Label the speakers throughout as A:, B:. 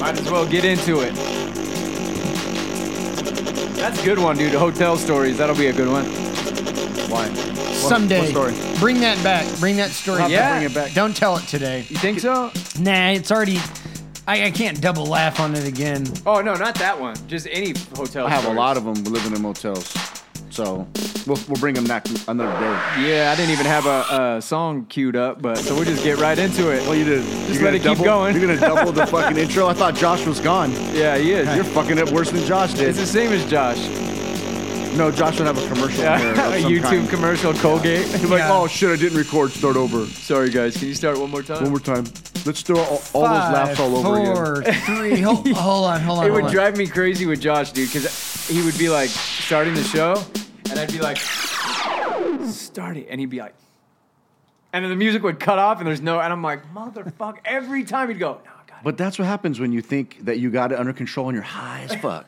A: Might as well get into it. That's a good one, dude. Hotel stories. That'll be a good one. Why? What-
B: Someday.
A: What story?
B: Bring that back. Bring that story
A: I'll have to
B: back.
A: bring it back.
B: Don't tell it today.
A: You think so?
B: Nah, it's already. I, I can't double laugh on it again.
A: Oh no, not that one. Just any hotel.
C: I have a lot of them living in motels. So we'll, we'll bring them back another day.
A: Yeah, I didn't even have a, a song queued up, but so we'll just get right into it.
C: Well, you did.
A: Just let it keep going.
C: You're gonna double the fucking intro. I thought Josh was gone.
A: Yeah, he is.
C: You're fucking it worse than Josh did.
A: it's the same as Josh.
C: no, Josh would have a commercial.
A: Yeah,
C: there of
A: a
C: some
A: YouTube
C: kind.
A: commercial, Colgate.
C: He'd be like,
B: Yeah.
C: oh shit, I didn't record. Start over.
A: Sorry guys, can you start one more time?
C: One more time. Let's do all, all those laughs all over again.
B: Four, three. Hold, hold on, hold on.
A: It
B: hold
A: would
B: on.
A: drive me crazy with Josh, dude, because he would be like starting the show, and I'd be like, start it. And he'd be like, and then the music would cut off, and there's no, and I'm like, motherfucker. Every time he'd go, no, I got it.
C: But that's what happens when you think that you got it under control and you're high as fuck.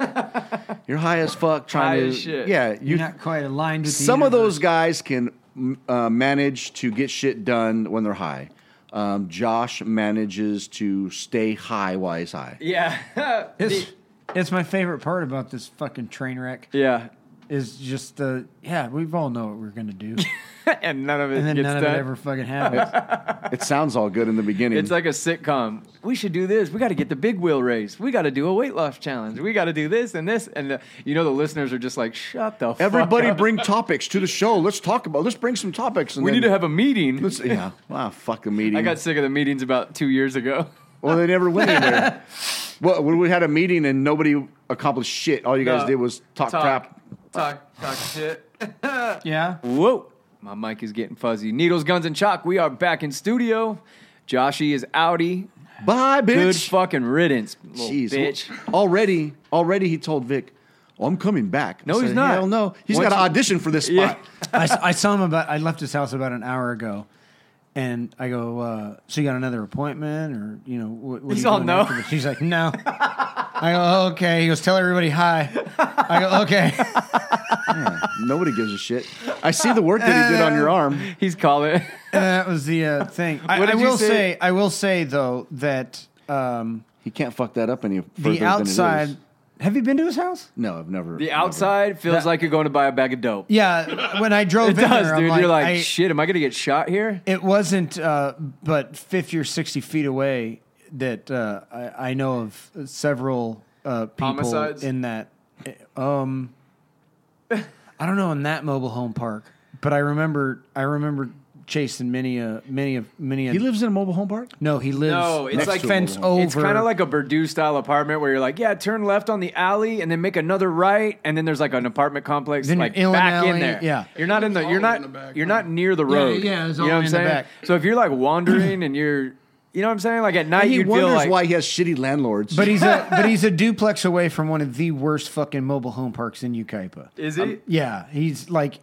C: you're high as fuck
A: High
C: trying to.
A: as shit.
C: Yeah, you
B: You're not quite aligned with the
C: some of
B: universe.
C: those guys can m- uh, manage to get shit done when they're high. Um, Josh manages to stay high while he's high.
A: Yeah.
B: It's, it's my favorite part about this fucking train wreck
A: yeah.
B: is just the yeah. We've all know what we're gonna do,
A: And none of it
B: and then
A: gets
B: none
A: done.
B: of it ever fucking happens.
C: It sounds all good in the beginning.
A: It's like a sitcom. We should do this. We got to get the big wheel race. We got to do a weight loss challenge. We got to do this and this. And the, you know, the listeners are just like, shut the
C: everybody
A: fuck up.
C: bring topics to the show. Let's talk about. Let's bring some topics. And
A: we
C: then-
A: need to have a meeting.
C: Let's, yeah. Wow. Fuck a meeting.
A: I got sick of the meetings about two years ago.
C: well, they never went anywhere. well, when we had a meeting and nobody accomplished shit, all you guys
A: No.
C: did was talk, crap.
A: Talk, talk shit.
B: yeah,
A: Whoa. My mic is getting fuzzy. Needles, guns, and chalk. We are back in studio. Joshy is outie.
C: Bye, bitch.
A: Good fucking riddance. little
C: Jeez,
A: bitch.
C: Already, already he told Vic, oh, I'm coming back.
A: No, he's not.
C: Hell no. He's
A: Once
C: got to
A: you-
C: audition for this
A: Yeah.
C: spot.
B: I, s- I saw him about. I left his house about an hour ago, and I go. Uh, so you got another appointment, or you know? What, what are
A: He's
B: you
A: all
B: doing
A: no.
B: after this?" He's like, no. I go "Oh, okay. He goes, tell everybody hi. I go okay.
C: Nobody gives a shit. I see the work that he did on your arm.
A: He's calling.
B: And that was the uh, thing. I,
A: What
B: I
A: did you
B: will
A: say?
B: say, I will say though that um,
C: He can't fuck that up any further
B: the
C: than
B: outside.
C: it is.
B: Have you been to his house?
C: No, I've never.
A: The
C: never.
A: outside feels
B: That-
A: like you're going to buy a bag of dope.
B: Yeah, when I drove
A: It
B: in
A: does,
B: there,
A: dude.
B: I'm like,
A: you're like,
B: I-
A: shit, am I going to get shot here?
B: it wasn't, uh, but fifty or sixty feet away that uh, I, I know of several uh, people
A: Homicides?
B: in that. Um, I don't know in that mobile home park, but I remember, I remember chasing many a many of many. A,
C: He lives in a mobile home park?
B: No, he lives.
A: No, it's
B: next
A: like-
B: to a fence
C: It's
B: over.
A: It's kind of like a Purdue style apartment where you're like, yeah, turn left on the alley and then make another right, and then there's like an apartment complex
B: Then you're
A: like
B: in an
A: back in
B: alley,
A: there.
B: yeah.
A: you're not in the
D: It's
A: you're
D: all
A: not
D: in the back,
A: you're
D: huh?
A: not near the road.
B: yeah, it's
A: you know what
B: all
A: I'm
B: in the
A: saying.
B: back.
A: So if you're like wandering and you're, you know what I'm saying, like at night
C: And he
A: you'd feel
C: wonders
A: like,
C: why he has shitty landlords.
B: But he's a but he's a duplex away from one of the worst fucking mobile home parks in Ukaipa.
A: is he?
B: Yeah, he's like,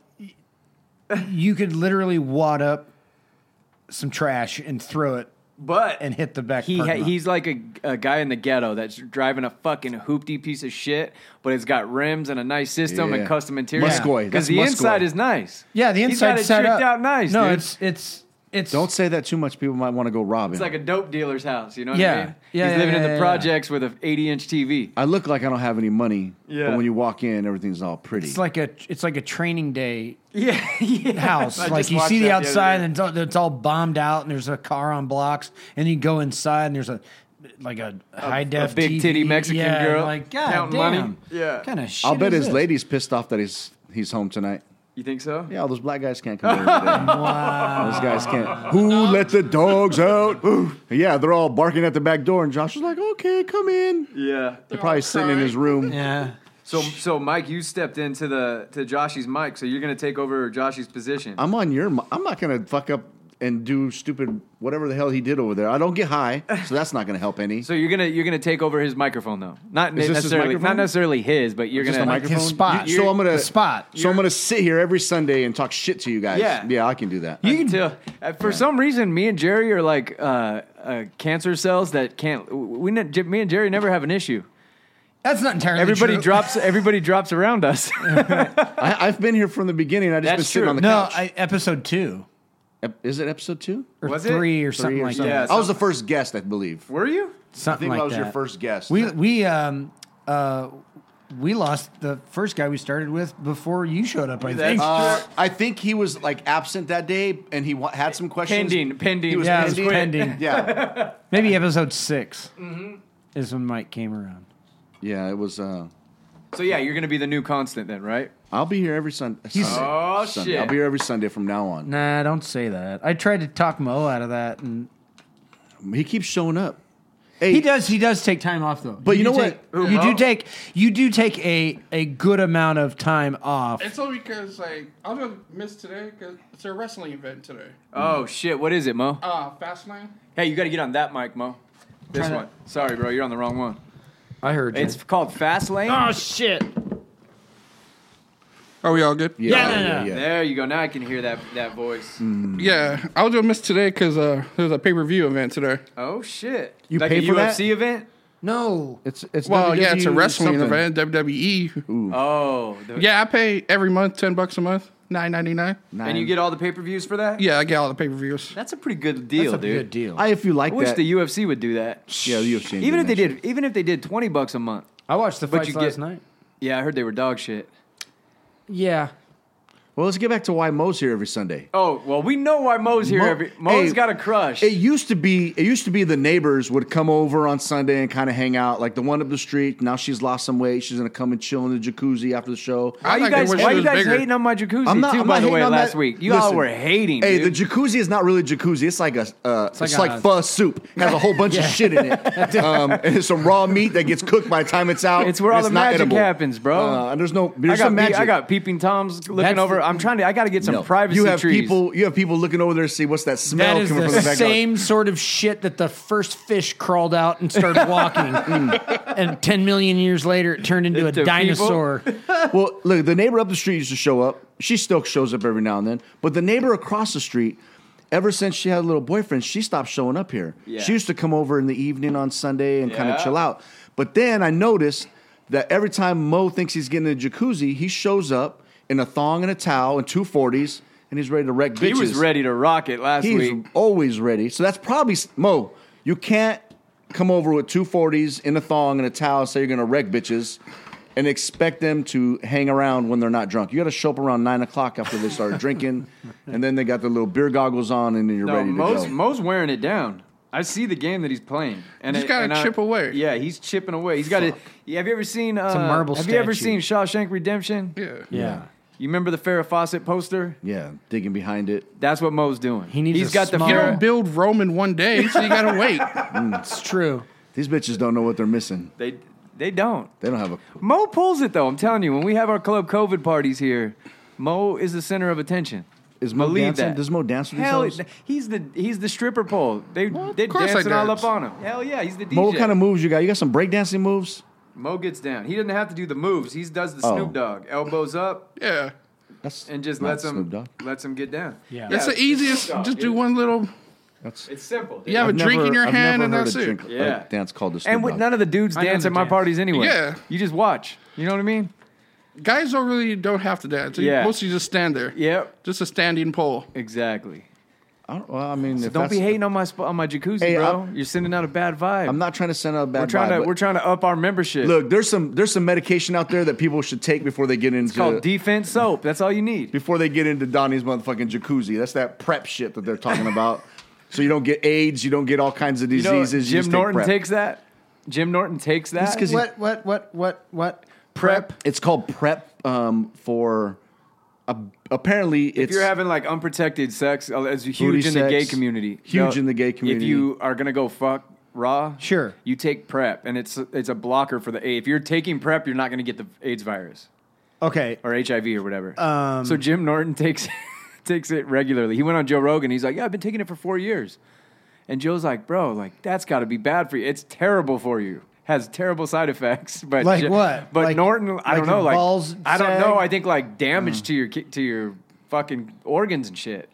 B: you could literally wad up some trash and throw it
A: But
B: and hit the back.
A: he ha-
B: parking lot.
A: he's like a, a guy in the ghetto that's driving a fucking hoopty piece of shit, but it's got rims and a nice system
C: Yeah.
A: and custom interior.
C: Muskoy.
A: because
C: That's
A: the
C: Muskoy.
A: inside is nice.
B: yeah, the
A: he's got
B: inside
A: it
B: set
A: tricked
B: up.
A: out nice.
B: No,
A: dude.
B: it's it's it's
C: Don't say that too much. People might want to go rob him.
A: It's like a dope dealer's house, you know what
B: Yeah.
A: I mean?
B: Yeah,
A: He's
B: yeah,
A: living
B: yeah,
A: in
B: yeah,
A: the
B: yeah.
A: projects with an 80 inch TV.
C: I look like I don't have any money.
A: Yeah.
C: But when you walk in, everything's all pretty.
B: it's like a it's like a training day
A: Yeah. yeah.
B: house.
A: I
B: like
A: just
B: you
A: watched
B: see the
A: that other
B: outside
A: day.
B: and it's all, it's all bombed out, and there's a car on blocks, and you go inside and there's a like a high def
A: big
B: TV.
A: titty Mexican
B: yeah,
A: girl
B: like God
A: counting
B: damn.
A: money. Yeah.
B: kind of shit.
C: I'll bet
B: is
C: his
B: this?
C: lady's pissed off that he's he's home tonight.
A: You think so?
C: Yeah, all those black guys can't come over today.
B: Wow.
C: Those guys can't. Who let the dogs out? yeah, they're all barking at the back door, and Josh was like, "Okay, come in."
A: Yeah.
C: They're probably sitting in his room.
B: Yeah.
A: So, so Mike, you stepped into the to Joshy's mic, so you're gonna take over Joshy's position.
C: I'm
B: Um,
C: on your. mi- I'm not gonna fuck up and do stupid whatever the hell he did over there. I don't get high, so that's not gonna help any.
A: so you're gonna you're gonna take over his microphone though, not
C: Is this his
A: necessarily
C: microphone?
A: not necessarily his, but you're
C: Just
A: gonna
C: a microphone?
B: his spot.
C: You- so I'm gonna
B: The spot.
C: So I'm gonna sit here every Sunday and talk shit to you guys.
A: Yeah.
C: yeah, I can do that.
A: You can tell. uh, For some reason, me and Jerry are like uh, uh, cancer cells that can't. We ne- J- me and Jerry never have an issue.
B: That's not entirely
A: Everybody
B: true.
A: drops. Everybody drops around us.
C: I, I've been here from the beginning. I just
A: That's
C: been sitting
A: true.
C: on the
B: No,
C: couch.
B: I, episode two.
C: Ep- Is it episode two?
B: or
A: Was it?
B: three or something
C: Three or
B: like
C: something.
B: that.
A: Yeah,
C: I was the first guest, I believe.
A: Were you?
C: I think
B: Something like
C: I was your
B: that.
C: first guest.
B: We we um uh we lost the first guy we started with before you showed up. I
A: That's-
B: think.
C: Uh, I think he was like absent that day, and he wa- had some questions.
A: Pending, pending.
C: He was
B: yeah,
C: pending.
B: it was pending.
C: Yeah,
B: Maybe episode 6 is when Mike came around.
C: yeah. It was. Uh,
A: So yeah, you're gonna be the new constant then, right?
C: I'll be here every Sun- uh, Sunday.
A: Oh,
C: Sunday.
A: shit.
C: I'll be here every Sunday from now on.
B: Nah, don't say that. I tried to talk Mo out of that, and
C: He keeps showing up. Hey,
B: he does. He does take time off though.
C: But you
B: do
C: know what?
B: take-
A: Who,
B: You
A: Mo?
B: do take. You do take a a good amount of time off.
D: It's only because like I'm gonna miss today because it's a wrestling event today.
A: Oh shit, what is it, Mo?
D: Uh, Fastlane.
A: Hey, you gotta get on that mic, Mo. This
B: Tryna-
A: one. Sorry, bro, you're on the wrong one.
B: I heard
A: It's called Fast Lane.
B: oh shit!
D: Are we all good?
C: Yeah,
B: Yeah,
C: yeah, yeah.
B: no, no.
A: There you go. Now I can hear that that voice.
D: Yeah, I was gonna miss today because uh, there's a pay per view event today.
A: Oh shit!
C: You
A: like
C: pay
A: a
C: for that?
A: UFC event?
B: No,
C: It's it's
D: Well, yeah, it's a
C: WWE
D: wrestling
C: E something.
D: event, WWE.
A: Oh, the-
D: Yeah, I pay every month ten bucks a month, nine ninety nine.
C: Nine.
A: And you get all the pay per views for that?
D: Yeah, I get all the pay per views.
A: That's a pretty good deal,
B: that's a
A: dude.
B: good deal.
C: I if you like
A: I wish
C: that.
A: the UFC would do that.
C: yeah, the UFC.
A: Even if they did, even if they did twenty bucks a month.
B: I watched the
A: But
B: fights
A: you
B: last
A: get-
B: night.
A: Yeah, I heard they were dog shit.
B: Yeah,
C: Well, let's get back to why Mo's here every Sunday.
A: Oh well, we know why Mo's here.
C: Mo-
A: every Mo's
C: hey,
A: got a crush.
C: It used to be it used to be the neighbors would come over on Sunday and kind of hang out. Like the one up the street, now she's lost some weight. She's gonna come and chill in the jacuzzi after the show.
A: why
D: I
A: you
D: like it
A: guys?
D: when she
A: Why you
D: was
A: guys
D: bigger.
A: hating on my jacuzzi
C: I'm not-
A: too?
C: I'm
A: by
C: not
A: the way,
C: hating on
A: last
C: that-
A: week you all
C: Listen.
A: were hating.
C: Hey,
A: dude.
C: the jacuzzi is not really a jacuzzi. It's like a uh, it's,
B: like
C: like,
B: a-
C: pho soup. It has a whole bunch of shit in it, um, and it's some raw meat that gets cooked by the time it's out.
A: It's where all
C: and
A: the
C: not
A: magic
C: edible.
A: happens, bro.
C: Uh, and there's no
A: I
C: there's
A: got,
C: some
A: pe-
C: magic.
A: I got peeping toms looking
B: That's
A: over.
B: the-
A: I'm trying to. I got to get some
C: No.
A: privacy
C: You have
A: trees.
C: people. You have people looking over there to see what's that smell
B: that is
C: coming
B: the,
C: from the backyard.
B: same sort of shit that the first fish crawled out and started walking, and ten million years later it turned into a
A: Into people?
B: dinosaur.
C: Well, look, the neighbor up the street used to show up. She still shows up every now and then. But the neighbor across the street, ever since she had a little boyfriend, she stopped showing up here.
A: Yeah.
C: She used to come over in the evening on Sunday and kind
A: Yeah.
C: of chill out. But then I noticed that every time Mo thinks he's getting a jacuzzi, he shows up in a thong and a towel and two forties, and he's ready to wreck bitches.
A: He was ready to rock it last
C: He's
A: week.
C: always ready. So that's probably Mo. You can't come over with two forties in a thong and a towel and say you're gonna wreck bitches and expect them to hang around when they're not drunk. You got to show up around nine o'clock after they started drinking, and then they got their little beer goggles on, and then you're
A: No,
C: ready to
A: Mo's,
C: go.
A: Mo's wearing it down. I see the game that he's playing, and
D: He's
A: it-
D: gotta
A: and I-
D: chip away.
A: Yeah, he's chipping away. He's got it. Have you ever seen? Uh,
B: a marble
A: Have you ever seen
B: statue.
A: Shawshank Redemption?
D: Yeah.
B: Yeah.
A: You remember the Farrah Fawcett poster?
C: yeah, digging behind it.
A: That's what Mo's doing.
B: He needs
A: He's
B: a
A: got
B: small-
D: You
A: the
B: Yeah.
D: don't
A: Farrah.
D: build Rome in one day, so you gotta wait.
B: it's true.
C: These bitches don't know what they're missing.
A: They they don't.
C: They don't have a.
A: Mo pulls it though. I'm telling you, when we have our club COVID parties here, Mo is the center of attention.
C: Is Mo
A: Believe
C: dancing?
A: that.
C: Does Mo dance with these
A: Hell,
C: hoes?
A: he's the he's the stripper pole. They
D: Well, of
A: they
D: course I
A: dancing all
D: dance.
A: up on him. Hell yeah, he's the DJ.
C: Mo, what kind of moves you got? You got some breakdancing moves?
A: Mo gets down. He doesn't have to do the moves. He does the
C: Oh.
A: Snoop Dogg, elbows up,
D: Yeah.
C: That's
A: and just
C: not
A: lets him
C: Snoop Dogg.
A: lets him get down.
B: Yeah.
D: That's the easiest.
A: Snoop Dogg,
D: Just do
A: dude.
D: one little.
C: That's
A: It's simple. dude.
D: You have a
C: I've
D: drink in
C: never-
D: your
C: I've
D: hand,
C: never
D: and
C: heard
D: that's
C: a
D: it.
C: drink- a
A: Yeah.
C: dance called the Snoop
A: And with
C: Dogg.
A: none of the dudes
B: know
A: dance
B: the
A: at my
B: dance.
A: parties anyway.
D: Yeah.
A: You just watch. You know what I mean?
D: Guys don't really don't have to dance. They
A: Yeah.
D: Mostly just stand there.
A: Yep.
D: Just a standing pole.
A: Exactly.
C: I don't, well, I mean, if
A: Don't be
C: that's-
A: hating on my sp- on my jacuzzi,
C: Hey,
A: bro.
C: I'm-
A: You're sending out a bad vibe.
C: I'm not trying to send out a bad
A: we're trying
C: vibe,
A: to
C: but
A: we're trying to up our membership.
C: look, there's some there's some medication out there that people should take before they get
A: it's called
C: into
A: defense soap. That's all you need.
C: before they get into Donnie's motherfucking jacuzzi. That's that prep shit that they're talking about. so you don't get AIDS, you don't get all kinds of
A: You know,
C: diseases. you
A: Jim
C: just
A: Norton
C: take prep.
A: takes that. Jim Norton takes that.
C: 'cause he-
B: What? What? What? What? What?
A: prep.
C: It's called prep um, for. Uh, apparently,
A: If
C: it's
A: you're having like unprotected sex, uh, it's huge
C: Booty
A: in the gay
C: sex,
A: community.
C: huge in the gay community.
A: If you are gonna go fuck raw,
B: Sure.
A: you take prep, and it's it's a blocker for the AIDS. If you're taking prep, you're not gonna get the AIDS virus
B: Okay.
A: or HIV or whatever. so Jim Norton takes takes it regularly. He went on Joe Rogan. He's like, yeah, I've been taking it for four years, and Joe's like, bro, like that's got to be bad for you. It's terrible for you. Has terrible side effects, but
B: Like
A: Jo-
B: what?
A: But
B: Like-
A: Norton, I
B: like
A: don't know.
B: your
A: Like
B: balls
A: I don't know.
B: sag?
A: I think like damage to your ki- to your fucking organs and shit.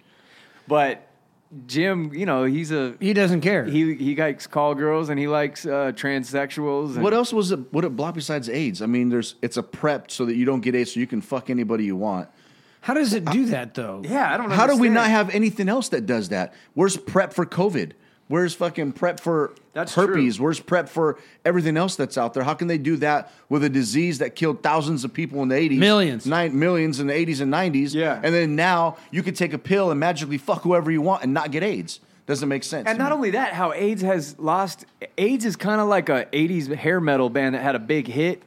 A: But Jim, you know, he's a
B: He doesn't care.
A: he he likes call girls and he likes uh, transsexuals. And
C: what else was it? What it block besides AIDS? I mean, there's it's a prep so that you don't get AIDS, so you can fuck anybody you want.
B: How does it do that though?
A: Yeah, I don't know.
C: How do we not have anything else that does that? Where's prep for COVID? Where's fucking prep for
A: That's
C: herpes? Where's prep for everything else that's out there? How can they do that with a disease that killed thousands of people in the 80s?
B: Millions.
C: Nine, millions in the 80s and 90s.
A: Yeah.
C: And then now you can take a pill and magically fuck whoever you want and not get AIDS. Doesn't make sense.
A: And not only that, how AIDS has lost. AIDS is kind of like a '80s hair metal band that had a big hit,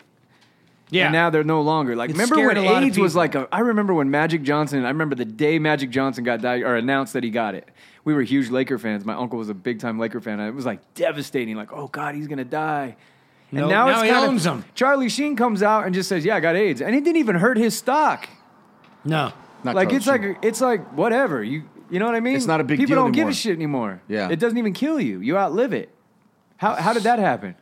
A: and now they're no longer. Like,
B: It
A: remember when
B: scared a lot of
A: AIDS was
B: people.
A: like a? I remember when Magic Johnson. I remember the day Magic Johnson got di- or announced that he got it. We were huge Laker fans. My uncle was a big time Laker fan. It was like devastating. Like, oh god, he's gonna die. And
B: Nope.
A: now,
B: Now
A: it's
B: he
A: kinda-
B: owns 'em.
A: Charlie Sheen comes out and just says, "Yeah, I got AIDS," and it didn't even hurt his stock.
B: no.
C: Not
A: like
C: Charlie
A: it's
C: Sheen.
A: like it's like whatever you you know what I mean.
C: It's not a big
A: People
C: deal
A: don't give
C: anymore.
A: a shit anymore.
C: Yeah.
A: it doesn't even kill you. You outlive it. How how did that happen?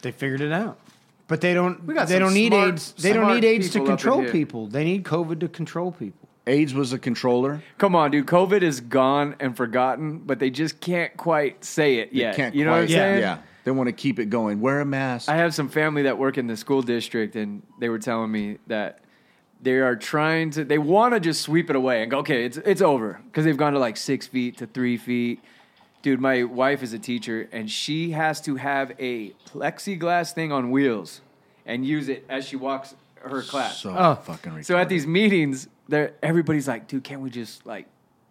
B: They figured it out. But they don't.
A: We got
B: they
A: some
B: don't need
A: smart-
B: AIDS. They don't
A: smart
B: need AIDS to
A: people up in
B: control
A: here.
B: people. They need COVID to control people.
C: AIDS was a controller.
A: Come on, dude. COVID is gone and forgotten, but they just can't quite say it
C: They
A: yet.
C: can't
A: you know what I'm
C: quite-
A: saying?
C: Yeah. They want to keep it going. Wear a mask.
A: I have some family that work in the school district, and they were telling me that they are trying to. They want to just sweep it away and go, okay, it's it's over because they've gone to like six feet to three feet. Dude, my wife is a teacher, and she has to have a plexiglass thing on wheels and use it as she walks her class.
C: so
B: Oh.
C: fucking retarded.
A: So at these meetings, they're, everybody's like, dude, can't we just like,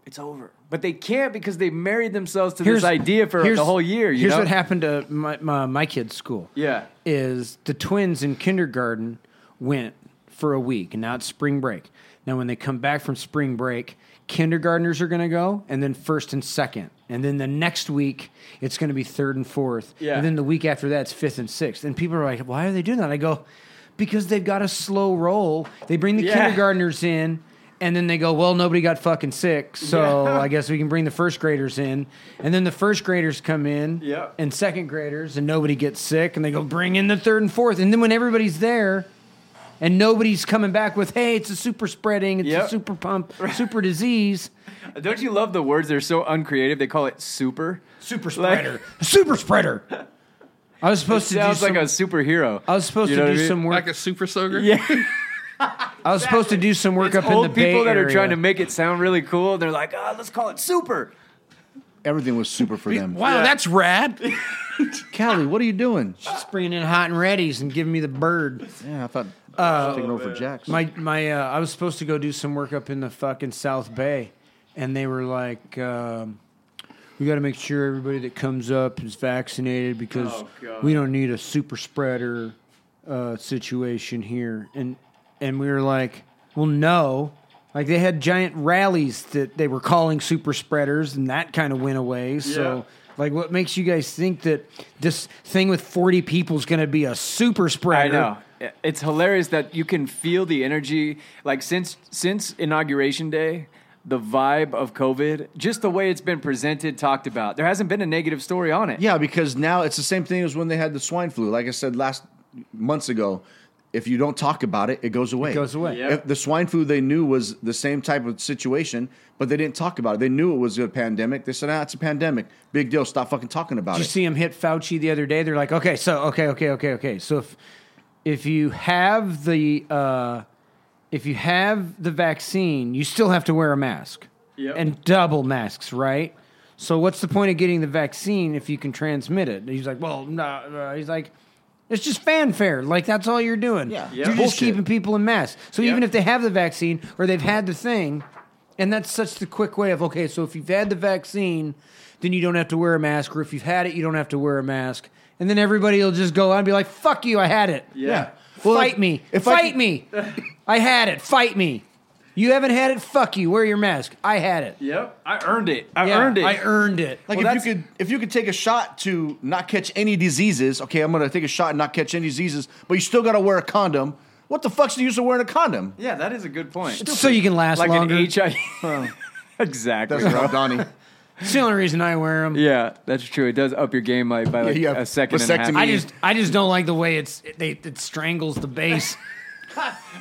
A: it's over. But they can't because they married themselves to this idea for
B: here's-
A: the whole year. You
B: here's
A: know?
B: what happened to my, my my kid's school.
A: Yeah.
B: is the twins in kindergarten went for a week, and now it's spring break. Now when they come back from spring break, kindergartners are going to go, and then first and second, and then the next week it's going to be third and fourth,
A: Yeah.
B: and then the week after that it's fifth and sixth. And people are like, why are they doing that? I go. Because they've got a slow roll. They bring the
A: Yeah.
B: kindergartners in, and then they go, "Well, nobody got fucking sick, so I guess we can bring the first graders in." And then the first graders come in,
A: Yep.
B: and second graders, and nobody gets sick, and they go, "Bring in the third and fourth. And then when everybody's there, and nobody's coming back with, "Hey, it's a super spreading, it's a
A: Yep.
B: super pump, super disease,
A: Don't you love the words? They're so uncreative. They call it super.
B: super
A: Like-
B: spreader, super spreader." I was supposed to do
A: Sounds like
B: some,
A: a superhero.
B: I was supposed
A: you know
B: to
A: what
B: do
A: I mean?
B: some work.
D: Like a super soaker?
B: I was supposed to do some work
A: It's
B: up
A: old
B: in the Bay
A: people that are
B: Area.
A: trying to make it sound really cool. They're like, oh, let's call it super.
C: everything was super for them.
D: Wow, that's rad.
C: Callie, what are you doing?
B: Just bringing in hot and readies and giving me the bird.
C: Yeah, I thought I
A: Uh,
C: was taking over for Jax.
B: My my, uh, I was supposed to go do some work up in the fucking South Bay, and they were like, um, "We got to make sure everybody that comes up is vaccinated because
A: Oh, God.
B: we don't need a super spreader uh, situation here." And and we were like, "Well, no." Like they had giant rallies that they were calling super spreaders, and that kind of went away. So.
A: Yeah.
B: Like, what makes you guys think that this thing with 40 people is going to be a super
A: I
B: spreader?
A: know. It's hilarious that you can feel the energy. Like since since inauguration day, the vibe of COVID, just the way it's been presented, talked about. There hasn't been a negative story on it.
C: Yeah, because now it's the same thing as when they had the swine flu. Like I said last months ago, if you don't talk about it, it goes away. It
B: goes away.
A: Yeah.
C: If the swine flu they knew was the same type of situation, but they didn't talk about it. They knew it was a pandemic. They said, "Ah, it's a pandemic. Big deal. Stop fucking talking about
B: Did
C: it."
B: you see him hit Fauci the other day? They're like, okay, so okay, okay, okay, okay. So if if you have the uh, if you have the vaccine, you still have to wear a mask
A: Yep.
B: and double masks, right? So what's the point of getting the vaccine if you can transmit it? He's like, well, no. uh, He's like, it's just fanfare. Like that's all you're doing.
C: Yeah. Yeah.
B: you're just
C: Bullshit.
B: keeping people in masks. So even
A: Yep.
B: if they have the vaccine or they've had the thing, and that's such the quick way of okay, so if you've had the vaccine, then you don't have to wear a mask, or if you've had it, you don't have to wear a mask. And then everybody will just go out and be like, fuck you, I had it.
A: Yeah.
B: Fight me.
C: if I
B: Fight
C: could-
B: me. I had it. Fight me. You haven't had it, fuck you. Wear your mask. I had it.
A: Yep. I earned it. I
B: Yeah,
A: earned it.
B: I earned it.
C: Like
A: Well,
C: if you could, if you could take a shot to not catch any diseases, okay, I'm gonna take a shot and not catch any diseases, but you still gotta wear a condom. What the fuck's the use of wearing a condom?
A: yeah, that is a good point.
B: so you can last
A: Like
B: longer.
A: an HIV. exactly.
C: That's Rob Donnie.
B: It's the only reason I wear them.
A: Yeah, that's true. It does up your game like by like
C: you have
A: a second and a half.
C: vasectomy.
B: I just, I just don't like the way it's it, they, it strangles the base.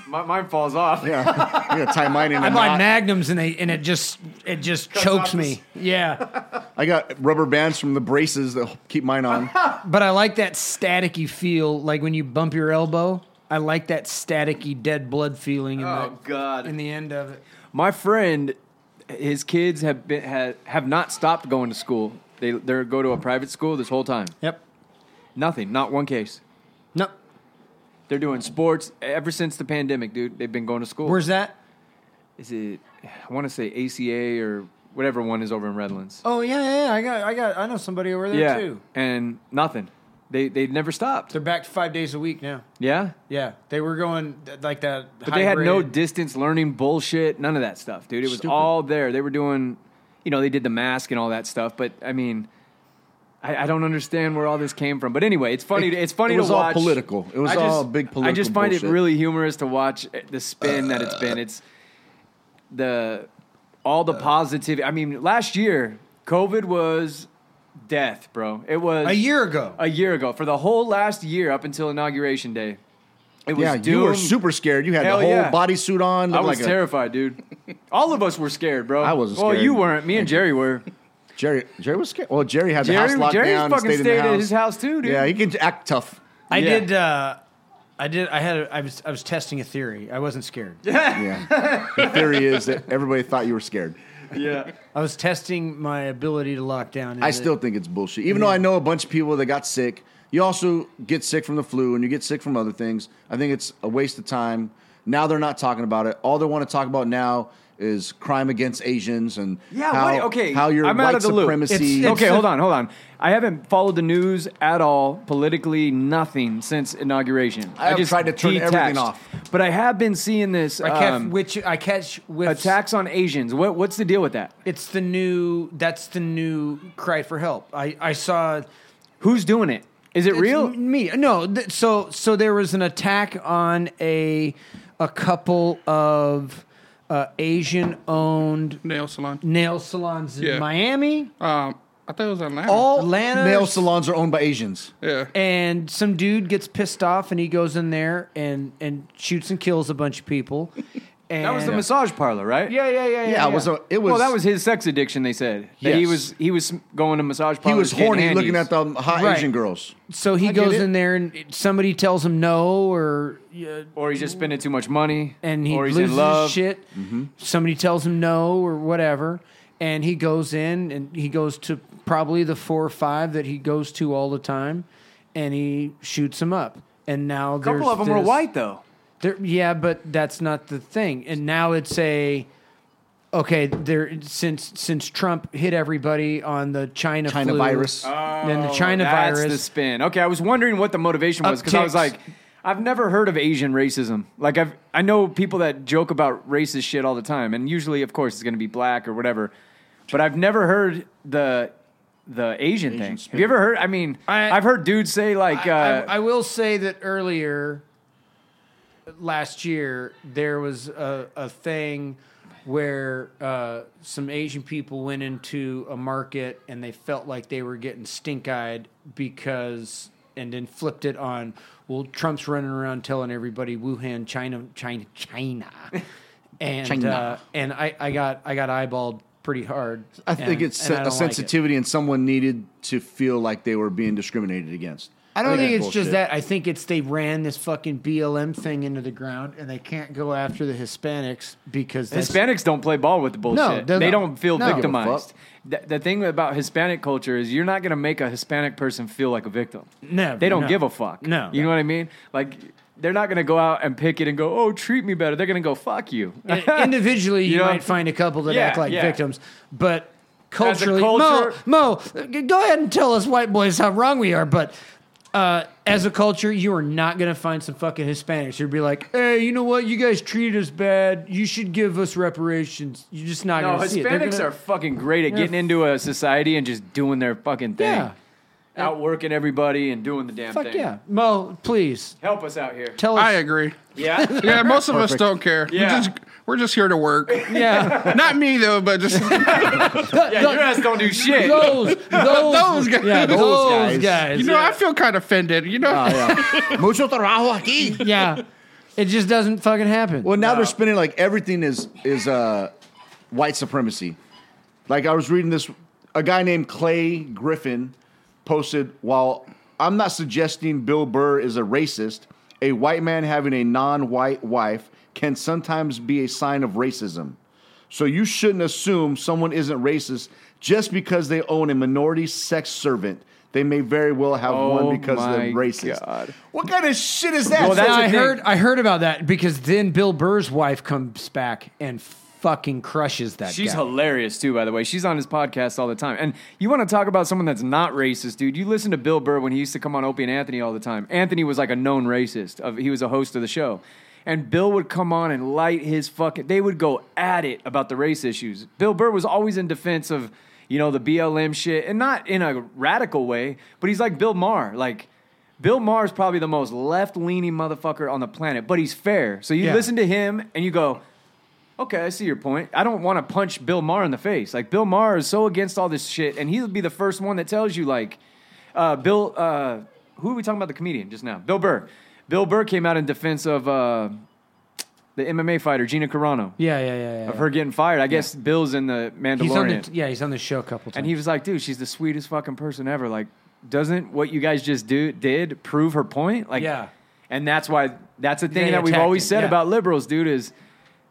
A: My, mine falls off.
C: Yeah, I'm gonna tie mine in.
B: I
C: a
B: buy
C: knot.
B: magnums and they and it just it just
C: off
B: chokes
C: the
B: me. Yeah,
C: I got rubber bands from the braces that keep mine on.
B: but I like that staticky feel. Like when you bump your elbow, I like that staticky dead blood feeling in,
A: Oh
B: the,
A: God.
B: in the end of it.
A: My friend, his kids have been have, have not stopped going to school. They they go to a private school this whole time.
B: Yep.
A: Nothing, not one case.
B: No.
A: They're doing sports ever since the pandemic, dude. They've been going to school.
B: Where's that?
A: is it? I want to say ACA or whatever one is over in Redlands.
B: Oh yeah, yeah, yeah. I got, I got, I know somebody over there
A: yeah,
B: too.
A: and nothing. They they never stopped.
B: They're back to five days a week now.
A: Yeah,
B: Yeah, they were going th- like that.
A: But they had no distance learning bullshit, none of that stuff, dude. It was
C: Stupid.
A: all there. They were doing, you know, they did the mask and all that stuff. But I mean, I, I don't understand where all this came from. But anyway, it's funny. it's funny
C: it was
A: to
C: all
A: watch.
C: political. It was
A: I just-
C: all big
A: I just
C: political
A: find it
C: bullshit.
A: really humorous to watch eh, the spin that it's been. It's the all
C: Uh.
A: the positivity. I mean, last year COVID was death, bro. It was
B: a year ago.
A: a year ago for the whole last year up until inauguration day. It was
C: Yeah, you were
A: doom,
C: super scared. You had
A: Hell
C: the whole
A: yeah.
C: bodysuit on.
A: I
C: looked
A: was
C: like a-
A: terrified, dude. All of us were scared, bro.
C: I wasn't
A: Well,
C: scared.
A: you weren't. Me and Jerry were.
C: Jerry. Jerry was scared. Well, Jerry had the
A: Jerry,
C: house locked
A: Jerry
C: down. and
A: fucking
C: stayed,
A: stayed
C: in the
A: at
C: house.
A: his house too, dude.
C: Yeah, he can act tough.
B: I
A: Yeah.
B: did. Uh, I did. I had. A, I was. I was testing a theory. I wasn't scared.
C: Yeah. the theory is that everybody thought you were scared.
A: yeah.
B: I was testing my ability to lock down. and
C: I
B: it-
C: still think it's bullshit. Even though I know a bunch of people that got sick, you also get sick from the flu and you get sick from other things. I think it's a waste of time. Now they're not talking about it. All they want to talk about now is crime against Asians and
A: Yeah,
C: how,
A: wait, okay.
C: how your
A: I'm
C: white
A: out of the loop.
C: supremacy.
B: It's-
A: okay,
B: the-
A: hold on, hold on. I haven't followed the news at all, politically, nothing since inauguration.
C: I have
A: just
C: tried to turn everything
A: detached.
C: off.
A: But I have been seeing this
B: I catch
A: um,
B: which I catch whiffs.
A: attacks on Asians. What, what's the deal with that?
B: It's the new. That's the new cry for help. I I saw.
A: Who's doing it? Is it
B: It's
A: real?
B: m- me no th- so so there was an attack on a a couple of uh, asian owned
D: Nail salon.
B: nail salons in
D: Yeah.
B: miami
D: Um, I think it was Atlanta.
C: Oh,
B: all Atlanta
C: Nail salons are owned by Asians.
D: yeah.
B: and some dude gets pissed off and he goes in there and and shoots and kills a bunch of people and uh,
A: That was the massage parlor, right?
B: yeah yeah yeah yeah,
C: Yeah, it was. A, it was.
A: well, that was his sex addiction. They said that he
C: Yes.
A: was he was going to massage
C: he
A: parlors.
C: was horny
A: getting
C: looking
A: handies.
C: at the hot
B: Right.
C: Asian girls.
B: so he
C: I get
B: goes
C: it.
B: in there and it- somebody tells him no or yeah,
A: or he's just spending too much money,
B: and he
A: or he's
B: loses
A: in love. Mm-hmm.
B: his shit. Somebody tells him no or whatever, and he goes in and he goes to probably the four or five that he goes to all the time, and he shoots them up. And now
A: A couple of them were white though.
B: There, yeah, but that's not the thing. And now it's a okay. There since since Trump hit everybody on the China
C: China
B: flu,
C: virus.
B: then the China
A: Oh, that's
B: virus.
A: the spin. Okay, I was wondering what the motivation was because I was
B: Upticks.
A: like, I've never heard of Asian racism. Like I've I know people that joke about racist shit all the time, and usually, of course, it's going to be black or whatever. But I've never heard the the Asian, thing.
C: spin.
A: Have you ever heard? I mean,
B: I-
A: I, have heard dudes say like,
B: I-
A: uh,
B: I, I will say that earlier last year there was a, a thing where uh, some Asian people went into a market and they felt like they were getting stink eyed because and then flipped it on well Trump's running around telling everybody Wuhan China China China and Uh, and I, I got I got eyeballed pretty hard
C: I think
B: and-
C: it's
B: and
C: a
B: I don't like it.
C: sensitivity, and someone needed to feel like they were being discriminated against.
B: I don't think it's just
C: bullshit.
B: that. I think it's they ran this fucking BLM thing into the ground, and they can't go after the Hispanics because that's,
A: Hispanics don't play ball with the bullshit.
B: they're
A: they
B: not.
A: don't feel
B: No. Give a
A: victimized. The, the thing about Hispanic culture is you're not going to make a Hispanic person feel like a victim.
B: Never,
A: They don't
B: no.
A: give a fuck.
B: No.
A: You know what I mean? Like, they're not going to go out and pick it and go, oh, treat me better. They're going to go, fuck you.
B: I- individually you,
A: You know?
B: might find a couple that
A: Yeah,
B: act like
A: yeah.
B: victims, but
A: As a
B: culturally,
A: culture-
B: Mo, Mo, go ahead and tell us white boys how wrong we are, but. Uh, as a culture, you are not going to find some fucking Hispanics who'd be like, "Hey, you know what? You guys treated us bad. You should give us reparations." You're just not
A: no,
B: going to see it. They're
A: Hispanics
B: gonna-
A: are fucking great at getting into a society and just doing their fucking thing.
B: Yeah.
A: Outworking everybody and doing the damn
B: fuck
A: thing.
B: yeah, Mo. Please
A: Help us out here.
B: tell us.
D: I agree.
A: Yeah.
D: Yeah, most of us don't care.
A: Yeah.
D: We're, just, we're just here to work.
B: yeah,
D: Not me though, but just
A: yeah, your ass don't do shit.
B: those, those,
D: Those guys.
B: Yeah, those,
C: Those
B: guys.
C: guys.
D: you know, I feel kind of offended. You
C: Oh,
D: know,
C: Mucho trabajo aquí.
B: yeah, it just doesn't fucking happen.
C: Well, now they're spinning like everything is is uh, white supremacy. Like I was reading this, a guy named Clay Griffin posted, "While I'm not suggesting Bill Burr is a racist, a white man having a non-white wife can sometimes be a sign of racism. So you shouldn't assume someone isn't racist just because they own a minority sex servant. They may very well have
A: Oh
C: one because they're
A: my
C: racist.
A: God.
C: What kind of shit is that?
A: Well,
C: So
A: that's
B: I
A: the thing.
B: heard I heard about that because then Bill Burr's wife comes back and fucking crushes that.
A: She's
B: guy.
A: hilarious too, by the way. She's on his podcast all the time. And you want to talk about someone that's not racist, dude? You listen to Bill Burr when he used to come on Opie and Anthony all the time. Anthony was like a known racist. Of he was a host of the show, and Bill would come on and light his fucking. They would go at it about the race issues. Bill Burr was always in defense of you know the BLM shit, and not in a radical way, but he's like Bill Maher, like. Bill Maher is probably the most left-leaning motherfucker on the planet, but he's fair. So you
B: Yeah.
A: listen to him and you go, Okay, I see your point. I don't want to punch Bill Maher in the face. Like Bill Maher is so against all this shit, and he'll be the first one that tells you, like, uh, Bill. Uh, who are we talking about? The comedian just now, Bill Burr. Bill Burr came out in defense of uh, the MMA fighter Gina Carano
B: Yeah, yeah, yeah. yeah,
A: of her getting fired. I guess Bill's in the Mandalorian,
B: He's on the yeah, he's on the show a couple times.
A: and he was like, "Dude, she's the sweetest fucking person ever. Like, doesn't what you guys just do did prove her point? Like,
B: Yeah.
A: And that's why that's a thing
B: They
A: that we've
B: attacked
A: always
B: it,
A: said
B: yeah.
A: about liberals, dude, is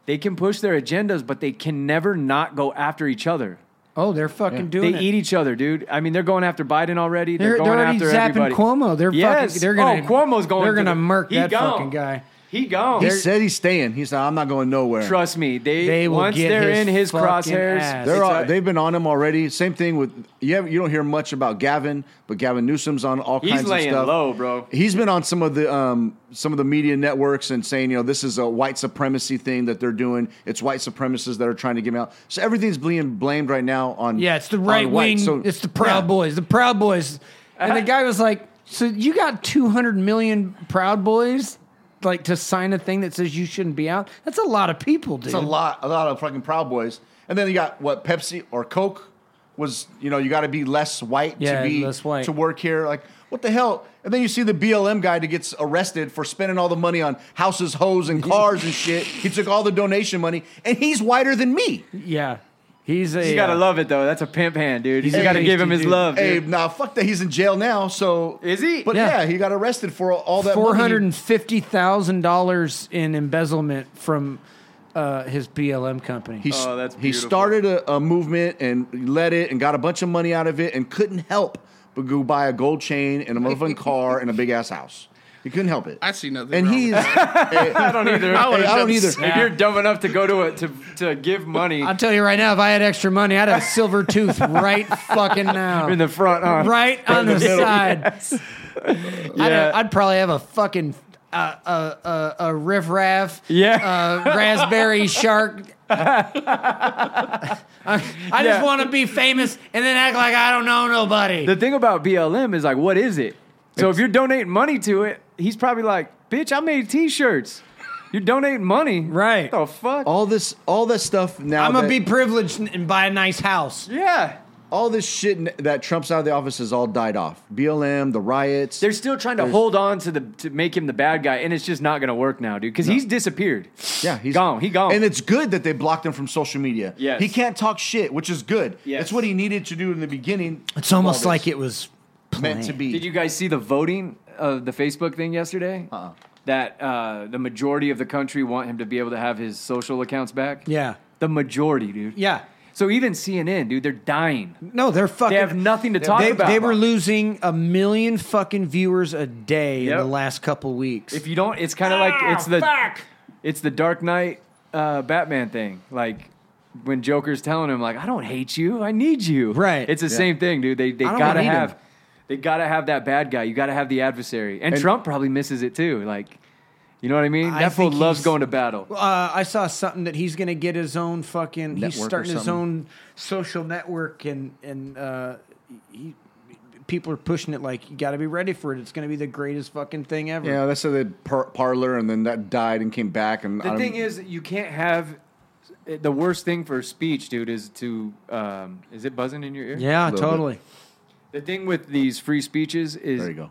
A: they can push their agendas, but they can never not go after each other.
B: oh, they're fucking doing
A: they
B: it.
A: eat each other, dude. I mean, they're going after Biden already. They're,
B: They're,
A: going
B: they're already
A: after
B: zapping
A: everybody.
B: Cuomo. They're
A: yes.
B: fucking. They're gonna.
A: Oh, Cuomo's going.
B: They're
A: to
B: gonna
A: the-
B: murk
A: He
B: that
A: gone.
B: fucking guy.
A: He gone.
C: he said he's staying. He's like, I'm not going nowhere.
A: Trust me, they,
B: They will
A: once
B: get
A: they're
B: his
A: in his
B: fucking
A: crosshairs,
B: ass.
C: They're
A: it's
C: all,
A: a-
C: they've been on him already. Same thing with you. Have, you don't hear much about Gavin, but Gavin Newsom's on all
A: He's
C: kinds
A: laying
C: of stuff.
A: low, bro.
C: He's been on some of the um, some of the media networks and saying, you know, this is a white supremacy thing that they're doing. It's white supremacists that are trying to get him out. So everything's being blamed right now on
B: Yeah, it's the
C: on
B: right
C: white.
B: wing.
C: So-
B: it's the Proud
C: Yeah.
B: Boys. The Proud Boys. And the guy was like, "So you got 200 million Proud Boys like to sign a thing that says you shouldn't be out? That's a lot of people, dude.
C: It's a lot, a lot of fucking Proud Boys. And then you got what Pepsi or Coke was. You know, you got to be less white
B: Yeah,
C: to be
B: less white.
C: to work here. Like what the hell? And then you see the BLM guy that gets arrested for spending all the money on houses, hoes, and cars and shit. He took all the donation money, and he's whiter than me.
B: Yeah, he's a.
A: You gotta
B: uh,
A: love it though. That's a pimp hand, dude. You
B: Hey,
A: gotta give him his
B: dude.
A: love.
C: Hey,
A: Dude.
C: nah, fuck that. He's in jail now. So
A: Is he?
C: But
B: Yeah.
C: yeah, he got arrested for all that. money.
B: four hundred and fifty thousand dollars in embezzlement from uh, his BLM company.
C: He, s-
A: Oh, that's
C: he
A: beautiful.
C: started a, a movement and led it and got a bunch of money out of it and couldn't help but go buy a gold chain and a motherfucking car and a big ass house. He couldn't help it.
D: I see nothing
C: And
D: wrong with
C: he's I
A: I don't either. I,
C: I don't either.
A: If you're dumb enough to go to a, to to give money
B: I'll tell you right now, if I had extra money, I'd have a silver tooth right fucking now.
A: in the front, huh?
B: right on the,
C: middle.
B: side. I'd,
A: Yeah.
B: I'd probably have a fucking uh, uh, uh, a riffraff,
A: Yeah.
B: uh, raspberry shark. I, I just
A: Yeah.
B: want to be famous and then act like I don't know nobody.
A: The thing about BLM is like, what is it? So if you're donating money to it, he's probably like, bitch, I made T-shirts. You're donating money,
B: Right.
A: What the fuck?
C: all this all this stuff now.
B: I'm gonna
C: that-
B: be privileged and- and buy a nice house.
A: yeah.
C: all this shit n- that Trump's out of the office has all died off. BLM, the riots.
A: They're still trying to hold on to the to make him the bad guy, and it's just not gonna work now, dude. Because he's disappeared.
C: Yeah, he's
A: gone. He gone.
C: And it's good that they blocked him from social media.
A: Yes.
C: He can't talk shit, which is good.
A: Yes.
C: That's what he needed to do in the beginning.
B: It's almost
C: Well,
B: like it was
C: meant to be.
A: Did you guys see the voting of the Facebook thing yesterday?
C: Uh-uh.
A: That uh, the majority of the country want him to be able to have his social accounts back.
B: Yeah.
A: the majority, dude.
B: Yeah.
A: So even CNN, dude, they're dying.
B: No, they're fucking.
A: They have nothing to talk
B: they,
A: about.
B: They were losing a million fucking viewers a day
A: Yep.
B: in the last couple weeks.
A: If you don't, it's kind of like it's the it's the Dark Knight uh, Batman thing. Like when Joker's telling him, like, "I don't hate you, I need you."
B: Right.
A: It's the
C: Yeah.
A: same thing, dude. They they
C: don't
A: gotta
C: need him.
A: have they gotta have that bad guy. You gotta have the adversary, and,
C: And-
A: Trump probably misses it too. Like, you know what I mean?
B: I
A: that fool
B: think
A: loves
B: he's-
A: going to battle.
B: Uh, I saw something that he's going to get his own fucking. he's
C: Network or
B: starting his
C: something.
B: own social network, and and uh, he, people are pushing it like you got to be ready for it. It's going to be the greatest fucking thing ever.
C: Yeah, that's how they par- parlor, and then that died and came back. And
B: um,
A: The
C: I
A: thing
C: don't-
A: is, you can't have eh, the worst thing for speech, dude. Is to um, is it buzzing in your ear?
B: Yeah,
C: Little bit.
B: totally.
A: The thing with these free speeches is
C: there you go.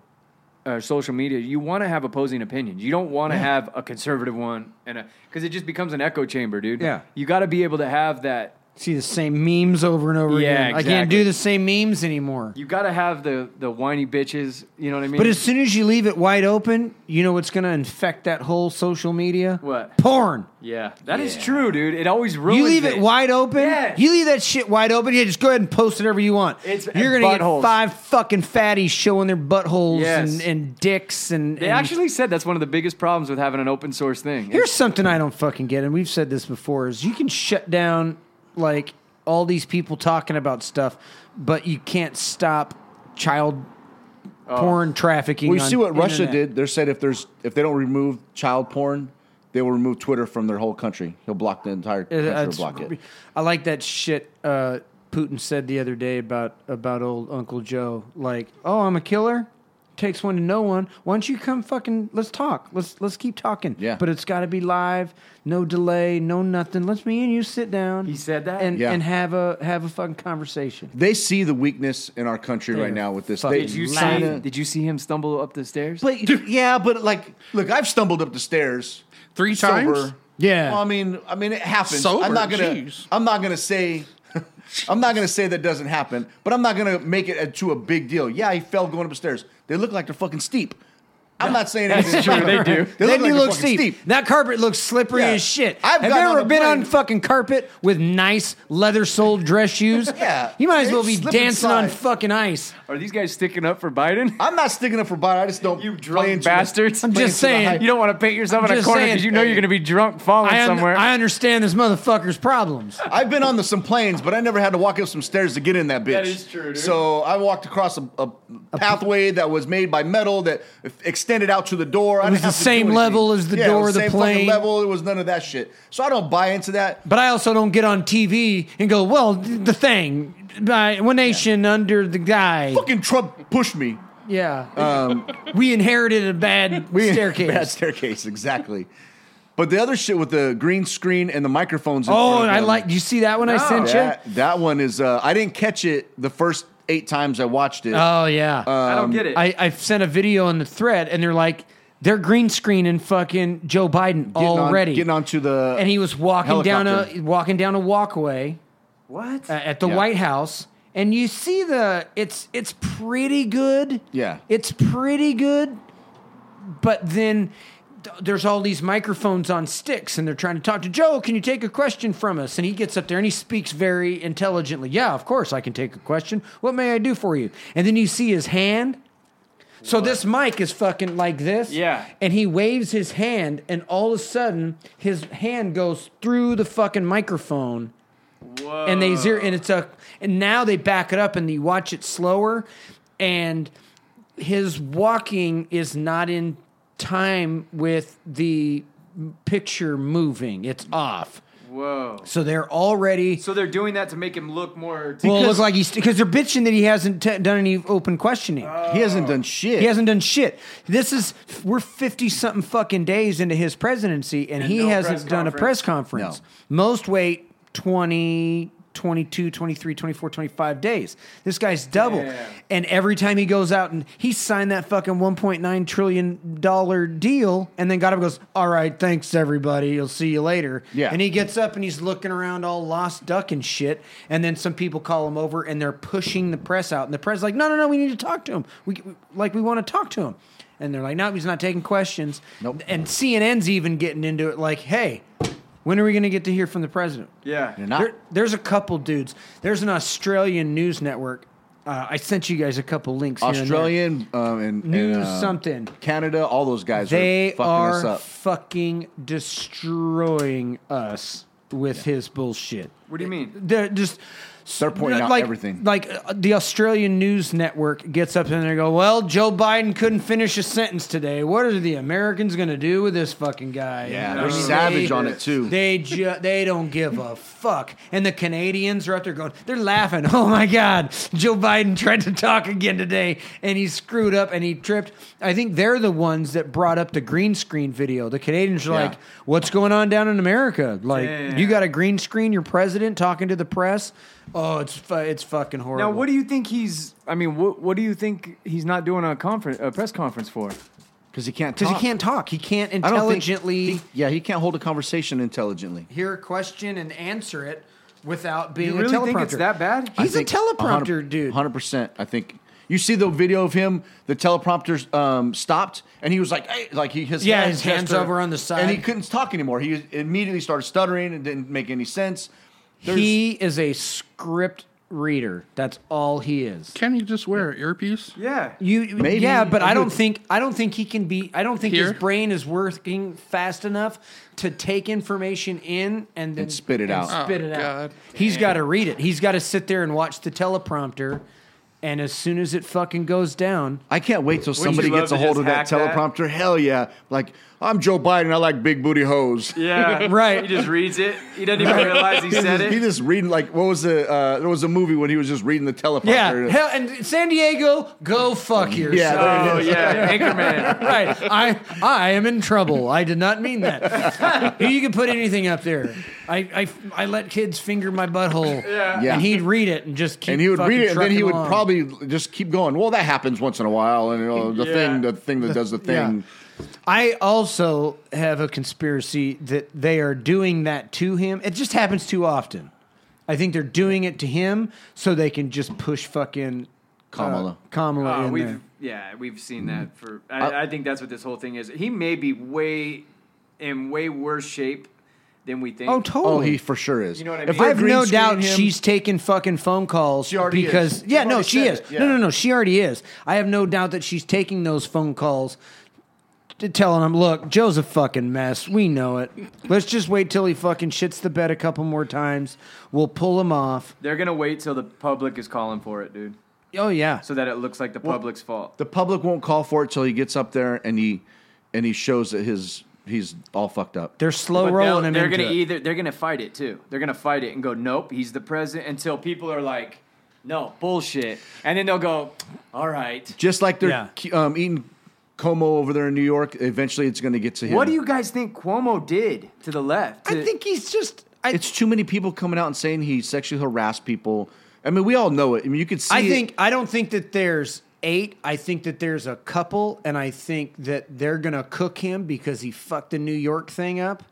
A: uh, social media, you want to have opposing opinions. You don't want to have a conservative one and a because it just becomes an echo chamber, dude.
B: Yeah.
A: you got to be able to have that
B: See the same memes over and over
A: Yeah,
B: again. I can't do
A: exactly.
B: the same memes anymore.
A: You got to have the the whiny bitches. You know what I mean?
B: But as soon as you leave it wide open, you know what's going to infect that whole social media?
A: What?
B: Porn.
A: yeah, that is true, dude. It always ruins.
B: You leave it, wide open.
A: Yes.
B: You leave that shit wide open. Yeah, just go ahead and post it wherever you want.
A: It's-
B: You're
A: and
B: gonna
A: buttholes.
B: get five fucking fatties showing their buttholes
A: Yes.
B: and, and dicks and.
A: They
B: and-
A: actually said that's one of the biggest problems with having an open source thing.
B: Here's something I don't fucking get, and we've said this before: is you can shut down like all these people talking about stuff, but you can't stop child porn trafficking.
C: Well, you
B: on
C: see what Russia
B: internet.
C: did. They said if there's if they don't remove child porn, they will remove Twitter from their whole country. He'll block the entire
B: It-
C: country. or
B: it's-
C: block it.
B: I like that shit uh, Putin said the other day about about old Uncle Joe. Like, oh, I'm a killer. Takes one to know one. Why don't you come fucking? Let's talk. Let's let's keep talking.
C: Yeah.
B: But it's got to be live. No delay. No nothing. Let's me and you sit down.
A: He said that?
B: and
C: Yeah.
B: and have a have a fucking conversation.
C: They see the weakness in our country
B: They're
C: right now with this.
B: fucking
C: They,
A: Did you see?
C: China-
A: Did you see him stumble up the stairs?
C: But yeah, but like, look, I've stumbled up the stairs
D: Three times?
C: sober.
B: Yeah.
C: Well, I mean, I mean, it happens.
D: Sober,
C: I'm not gonna.
D: jeez.
C: I'm not gonna say. I'm not gonna say that doesn't happen, but I'm not gonna make it a- to a big deal. Yeah, he fell going up the stairs. They look like they're fucking steep. I'm not saying anything.
A: true, they do.
C: They
B: That
C: look like
B: dude
C: they're
B: looks
C: fucking
B: steep. That carpet looks slippery
C: Yeah.
B: as shit.
C: I've
B: Have you
C: gotten on
B: ever
C: a
B: been on
C: plane-
B: fucking carpet with nice leather soled dress shoes?
C: Yeah.
B: You might as well be
C: Slip
B: dancing on
C: inside.
B: fucking ice.
A: Are these guys sticking up for Biden?
C: I'm not sticking up for Biden. I just don't.
A: You
C: play
A: drunk
C: into the-
A: bastards!
B: I'm
C: play
B: just
C: into the
B: saying,
C: hype.
A: You don't want to paint yourself in a
B: Just
A: corner
B: saying.
A: because you know you're going to be drunk, falling
B: I, un-
A: somewhere.
B: I understand this motherfucker's problems.
C: I've been on the, some planes, but I never had to walk up some stairs to get in that bitch.
A: That is true, dude.
C: So I walked across a, a pathway that was made by metal that extended out to the door. I
B: was
C: didn't have
B: the
C: to do
B: same
C: anything.
B: level as the
C: Yeah, it
B: door
C: was
B: of the
C: same fucking
B: plane.
C: Level. It was none of that shit. So I don't buy into that.
B: But I also don't get on TV and go, well, the thing, by one nation under the guy.
C: Fucking Trump pushed me.
B: Yeah.
C: Um,
B: we inherited a bad staircase.
C: Bad staircase, exactly. But the other shit with the green screen and the microphones. In
B: Oh,
C: front of
B: I
C: them,
B: like. You see that one I sent you?
C: that. That one is. Uh, I didn't catch it the first eight times I watched it.
B: Oh yeah.
C: Uh,
A: I don't get it.
B: I, I sent a video on the thread, and they're like, they're green screening fucking Joe Biden
C: Getting on-
B: already.
C: getting onto the
B: and he was walking
C: Helicopter.
B: down a walking down a walkway
A: what?
B: uh, at the
C: Yeah.
B: White House, and you see the it's it's pretty good.
C: Yeah.
B: it's pretty good, but then. th- There's all these microphones on sticks, and they're trying to talk to Joe. Can you take a question from us? And he gets up there and he speaks very intelligently. Yeah, of course, I can take a question. What may I do for you? And then you see his hand. So this mic is fucking like this.
A: Yeah.
B: And he waves his hand, and all of a sudden, his hand goes through the fucking microphone
A: Whoa.
B: and they zero and it's a and now they back it up and you watch it slower and his walking is not in time with the picture moving it's off
A: Whoa.
B: so they're already
A: So they're doing that to make him look more.
B: well it
C: because-
B: looks like he's because they're bitching that he hasn't t- done any open questioning
A: Oh.
C: he hasn't done shit.
B: he hasn't done shit. This is we're fifty something fucking days into his presidency, and,
A: And
B: he
A: no press
B: hasn't done a
A: conference.
B: press conference. Most wait 20, 22, 23, 24, 25 days. This guy's double.
A: Damn.
B: And every time he goes out and he signed that fucking one point nine trillion dollar deal, and then got up and goes, "All right, thanks everybody. You'll see you later."
C: Yeah.
B: And he gets up and he's looking around all lost duck and shit. And then some people call him over and they're pushing the press out. And the press is like, no, no, no, we need to talk to him. We, we- like we want to talk to him. And they're like, no, he's not taking questions.
C: Nope.
B: And CNN's even getting into it like, hey, when are we going to get to hear from the president?
A: yeah.
C: You're not.
B: There, there's a couple dudes. There's an Australian news network. Uh, I sent you guys a couple links. here and there.
C: Australian um, and,
B: New
C: and, uh,
B: something.
C: Canada, all those guys are
B: They
C: fucking us
B: are
C: up.
B: fucking destroying us with his bullshit.
A: What do you mean?
B: They're just
C: They're pointing out
B: like,
C: everything.
B: Like uh, the Australian news network gets up and they go, "Well, Joe Biden couldn't finish a sentence today. What are the Americans going to do with this fucking guy?"
C: yeah,
B: I
C: they're
B: mean,
C: savage
B: they-
C: on it too.
B: They ju- they don't give a fuck. And the Canadians are up there going, they're laughing. Oh my God, Joe Biden tried to talk again today, and he screwed up and he tripped. I think they're the ones that brought up the green screen video. The Canadians are
C: Yeah.
B: like, what's going on down in America? Like,
A: Yeah.
B: you got a green screen, your president talking to the press. Oh, it's fu- it's fucking horrible.
A: Now, what do you think he's? I mean, what, what do you think he's not doing a conference, a press conference for?
C: Because he can't.
B: Because he
C: talk.
B: can't talk. He can't
C: I don't think-
B: intelligently
C: he- yeah, he can't hold a conversation intelligently.
B: hear a question and answer it without being
A: really
B: a teleprompter.
A: think it's that bad?
B: He's a teleprompter, dude.
C: Hundred percent. I think you see the video of him. The teleprompter um, stopped, and he was like, "Hey!" Like he his
B: Yeah,
C: hand
B: his hands
C: gesture,
B: over on the side.
C: and he couldn't talk anymore. He immediately started stuttering and didn't make any sense. There's-
B: He is a script reader. That's all he is.
D: Can you just wear an earpiece?
A: Yeah.
B: You
C: Maybe.
B: yeah, but I don't
C: Maybe.
B: think I don't think he can be. I don't think his
D: Here?
B: brain is working fast enough to take information in and then
C: And spit it out.
B: Spit
D: Oh,
B: it out.
D: God.
B: He's got to read it. He's got to sit there and watch the teleprompter. And as soon as it fucking goes down,
C: I can't wait till somebody
A: you love
C: gets
A: to
C: a hold
A: just
C: of that
A: hack that?
C: teleprompter. Hell yeah! Like I'm Joe Biden. I like big booty hoes.
A: Yeah.
B: Right.
A: He just reads it. He doesn't even realize he
C: He
A: said
C: just, he
A: it.
C: just reading like what was the uh, there was a movie when he was just reading the teleprompter.
B: yeah, hell, and San Diego, go fuck yourself.
C: Yeah, there
A: Oh yeah, Anchorman.
B: right. I I am in trouble. I did not mean that. you can put anything up there. I, I, I let kids finger my butthole.
C: Yeah.
B: And he'd read it and just keep.
C: and he would
B: fucking
C: read it, and then he
B: trucking
C: would
B: along.
C: probably just keep going. Well, that happens once in a while, and you know, the
A: Yeah.
C: thing, the thing that does the thing.
B: I also have a conspiracy that they are doing that to him. It just happens too often. I think they're doing it to him so they can just push fucking
C: Kamala.
B: uh, Kamala
A: Uh,
B: in
A: we've
B: there. Mm-hmm.
A: yeah, we've seen that for. I, I think that's what this whole thing is. He may be way in way worse shape than we think.
B: Oh, totally.
C: Oh, he for sure is.
A: You know what I
C: If
A: mean?
B: I
C: they're
B: have
C: green
B: no
C: screening
B: doubt
C: him-
B: she's taking fucking phone calls
C: She already
B: because
C: is.
B: yeah,
C: You've
B: no,
C: already
B: she
C: said
B: is.
C: it, yeah.
B: No, no, no, she already is. I have no doubt that she's taking those phone calls to telling him, "Look, Joe's a fucking mess. We know it. Let's just wait till he fucking shits the bed a couple more times. We'll pull him off."
A: They're gonna wait till the public is calling for it, dude,
B: Oh yeah.
A: so that it looks like the public's fault.
C: the public won't call for it till he gets up there and he and he shows that his he's all fucked up.
B: They're slow
A: But
B: rolling
A: they'll-
B: him
A: They're
B: into
A: gonna
B: it.
A: either they're gonna fight it too. They're gonna fight it and go, nope, he's the president until people are like, no bullshit, and then they'll go, all right.
C: Just like they're
B: Yeah.
C: ke- um, eating Como over there in New York. Eventually, it's going to get to him.
A: What do you guys think Cuomo did to the left?
B: I
A: To-
B: think he's just. I,
C: It's too many people coming out and saying he sexually harassed people. I mean, we all know it. I mean, you could see.
B: I
C: it.
B: think I don't think that there's eight. I think that there's a couple, and I think that they're gonna cook him because he fucked the New York thing up,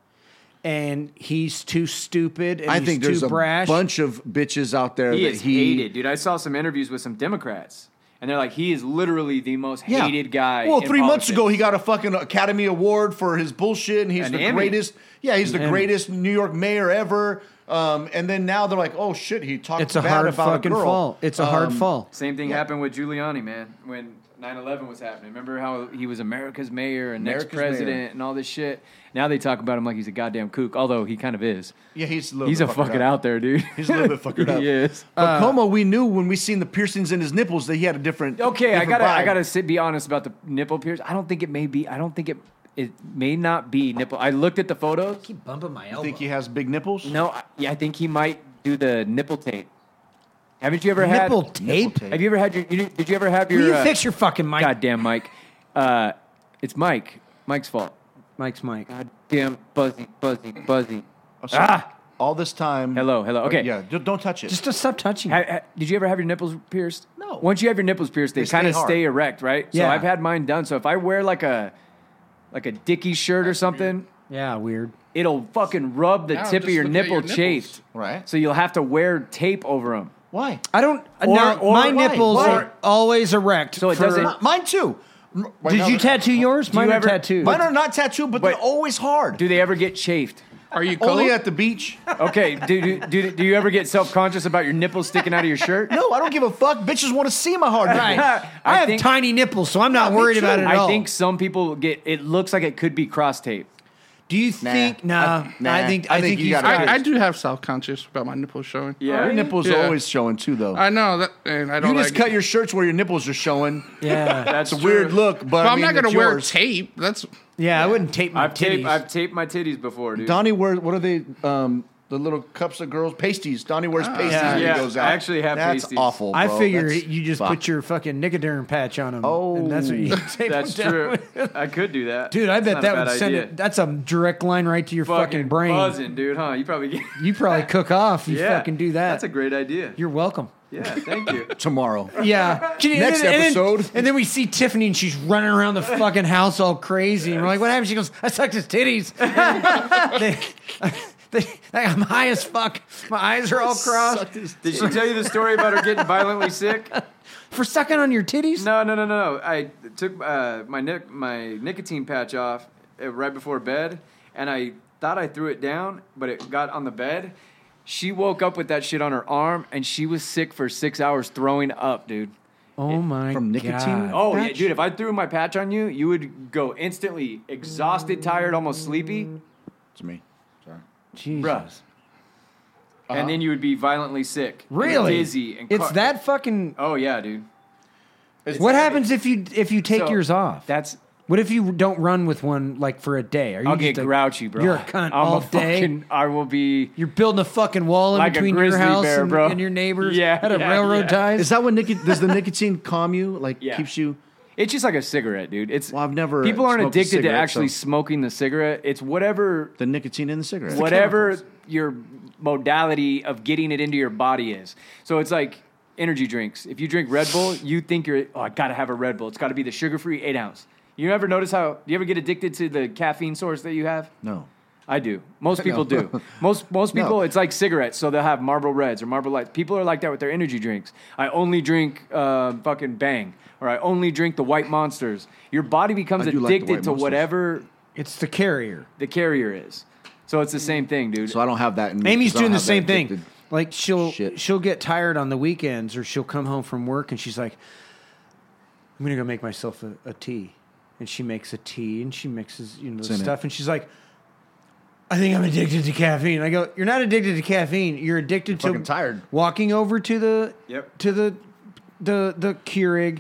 B: and he's too stupid. And
C: I
B: he's
C: think
B: too
C: there's a
B: brash.
C: bunch of bitches out there
A: he
C: that
A: is
C: he
A: hated, dude. I saw some interviews with some Democrats, and they're like, he is literally the most hated guy.
C: Well,
A: in
C: three months
A: politics.
C: ago, he got a fucking Academy Award for his bullshit, and he's
A: An
C: the
A: Emmy.
C: greatest. Yeah, he's the
B: Emmy.
C: greatest New York mayor ever. Um, and then now they're like, oh shit, he talked
B: It's a
C: bad
B: hard
C: about
B: fucking
C: a girl. Um,
B: fall. It's a hard fall.
A: Same thing happened with Giuliani, man, when 9/11 was happening. Remember how he was America's mayor and next
C: America's mayor.
A: president and all this shit. Now they talk about him like he's a goddamn kook, although he kind of is.
C: Yeah, he's a little
A: He's
C: bit
A: a
C: fucking
A: fucking
C: up.
A: out there, dude.
C: He's a little bit fucking up.
A: He is.
C: But
B: Uh,
C: Como, we knew when we seen the piercings in his nipples that he had a different.
A: Okay, I
C: different
A: gotta, I
C: vibe.
A: gotta sit, be honest about the nipple pierce. I don't think it may be. I don't think it, it may not be nipple. I looked at the photos.
B: keep bumping my elbow.
C: Think he has big nipples?
A: No, I, yeah, I think he might do the nipple tape. Haven't you ever had
B: Nipple tape.
C: tape.
A: Have you ever had your? You, did you ever have your?
B: Will you
A: uh,
B: fix your fucking mic?
A: Goddamn, Mike. Uh, it's Mike. Mike's fault.
B: Mike's mic.
A: Goddamn, buzzy, buzzy, buzzy.
C: I'm sorry.
A: Ah,
C: All this time.
A: hello, hello. Okay.
C: Yeah, d- don't touch it.
B: Just to stop touching.
A: Ha- ha- did you ever have your nipples pierced?
B: No.
A: Once you have your nipples pierced, they,
C: They stay
A: kind of
C: hard.
A: stay erect, right? So
B: Yeah.
A: I've had mine done. So if I wear like a, like a dicky shirt or something,
B: yeah, weird.
A: it'll fucking rub the
D: Now,
A: tip of
D: just
A: your
D: look at
A: nipple
D: your nipples.
A: chafed.
C: Right.
A: So you'll have to wear tape over them.
C: Why?
B: I don't.
A: Or-
B: now,
A: or-
B: Uh, my
A: why?
B: nipples
A: Why?
B: are always erect.
A: So it
B: for-
A: doesn't-
C: Mine too.
B: Did you tattoo yours? Mine
A: you
B: are
A: ever-
B: tattooed.
C: Mine are not tattooed, but they're
A: Wait.
C: always hard.
A: Do they ever get chafed?
D: Are you cold?
C: Only at the beach.
A: Okay. do, do, do, do you ever get self conscious about your nipples sticking out of your shirt?
C: No, I don't give a fuck. Bitches want to see my hard nipples.
B: Right. I,
A: I
B: have
A: think-
B: tiny nipples, so I'm not
C: me
B: worried
C: too.
B: about it at
A: I
B: all.
A: think some people get. It looks like it could be cross tape.
B: Do you think? Nah,
C: I- nah.
B: I think. I, think, you
C: gotta-
D: I, I do have self conscious about my nipples showing.
C: Your nipples are
D: Yeah.
C: always showing too, though.
D: I know that, and I
C: you
D: don't
C: just
D: like
C: cut
D: it.
C: your shirts where your nipples are showing.
B: Yeah,
A: That's
C: It's a weird look, but,
D: But
C: I
D: I'm
C: mean,
D: not gonna
C: it's
D: wear
C: yours.
D: tape. That's
B: yeah. I wouldn't tape my
A: I've
B: titties.
A: taped. I've taped my titties before, dude.
C: Donnie wears what are they? Um, the little cups of girls pasties. Donnie wears pasties
B: yeah.
C: when
A: Yeah,
C: he goes
A: I
C: out.
A: actually have
C: That's
A: pasties.
C: awful.
B: I
C: bro.
B: figure
C: That's-
B: you just
C: fuck.
B: put your fucking Nicoderm patch on them. and that's what you
C: Oh.
B: tape
A: That's
B: them down
A: true.
B: with.
A: I could do that,
B: Dude, I
A: It's
B: bet
A: not a
B: that
A: bad
B: would send
A: idea.
B: it. That's a direct line right to your fucking, brain.
A: buzzing, dude. Huh? You probably get.
B: You probably cook off. You
A: Yeah,
B: fucking do that.
A: That's a great idea.
B: You're welcome.
A: yeah, thank you.
C: tomorrow.
B: Yeah. Can you-
C: Next
B: and then, And
C: episode.
B: then, and then we see Tiffany and she's running around the fucking house all crazy. And we're like, what happened? She goes, I sucked his titties. They- Like, I'm high as fuck. My eyes are all crossed.
A: Did she tell you the story about her getting violently sick?
B: For sucking on your titties?
A: No, no, no, no. no. I took uh, my nic- my nicotine patch off uh, right before bed, and I thought I threw it down, but it got on the bed. She woke up with that shit on her arm, and she was sick for six hours, throwing up, dude.
B: Oh my
C: From nicotine?
B: God.
A: Oh yeah,
C: Patch?
A: dude. If I threw my patch on you, you would go instantly exhausted, tired, almost sleepy,
C: It's me.
B: Jesus.
A: Bruh.
C: Uh-huh.
A: and then you would be violently sick, and
B: Really?
A: dizzy, and
B: it's
A: car-
B: that fucking.
A: Oh yeah, dude.
B: What happens if you if you take
A: So,
B: yours off?
A: That's
B: what if you don't run with one like for a day? Are you
A: I'll
B: just
A: get
B: a-
A: grouchy, bro.
B: You're a cunt
A: I'm
B: all
A: a
B: day.
A: Fucking, I will be.
B: You're building a fucking wall in
A: Like a
B: between your
A: grizzly
B: house
A: bear,
B: and,
A: bro.
B: and your neighbors.
A: Yeah,
B: out of
A: yeah,
B: railroad
A: yeah.
B: ties.
C: Is that what nicotine? Does the nicotine calm you? Like
A: Yeah.
C: keeps you?
A: It's just like a cigarette, dude. It's
C: Well, I've never
A: people aren't
C: smoked a
A: addicted to
C: cigarette,
A: actually
C: so-
A: smoking the cigarette. It's whatever
C: The nicotine in the cigarette.
A: whatever your modality of getting it into your body is. So it's like energy drinks. If you drink Red Bull, you think you're oh I gotta have a Red Bull. It's gotta be the sugar free eight ounce. You ever notice how you ever get addicted to the caffeine source that you have?
C: No.
A: I do. Most people do. Most most
C: No.
A: people, it's like cigarettes, so they'll have Marlboro Reds or Marlboro Lights. People are like that with their energy drinks. I only drink uh, fucking Bang, or I only drink the White Monsters. Your body becomes
C: I do like the
A: addicted
C: White
A: to
C: Monsters.
A: whatever
B: it's the carrier.
A: the carrier is. So it's the same thing, dude.
C: So I don't have that. in me
B: Amy's
C: 'cause I don't
B: doing the
C: have that
B: same thing.
C: addicted-
B: Like she'll
C: Shit.
B: she'll get tired on the weekends, or she'll come home from work and she's like, "I'm gonna go make myself a, a tea," and she makes a tea and she mixes you know
C: in it.
B: stuff, and she's like. I think I'm addicted to caffeine. I go, you're not addicted to caffeine. You're addicted to
C: fucking tired.
B: walking over to the
A: Yep.
B: to the the the Keurig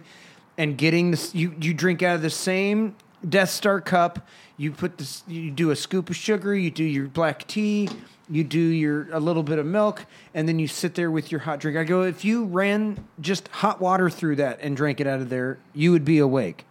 B: and getting this. You you drink out of the same Death Star cup. You put this. You do a scoop of sugar. You do your black tea. You do your a little bit of milk, and then you sit there with your hot drink. I go, if you ran just hot water through that and drank it out of there, you would be awake.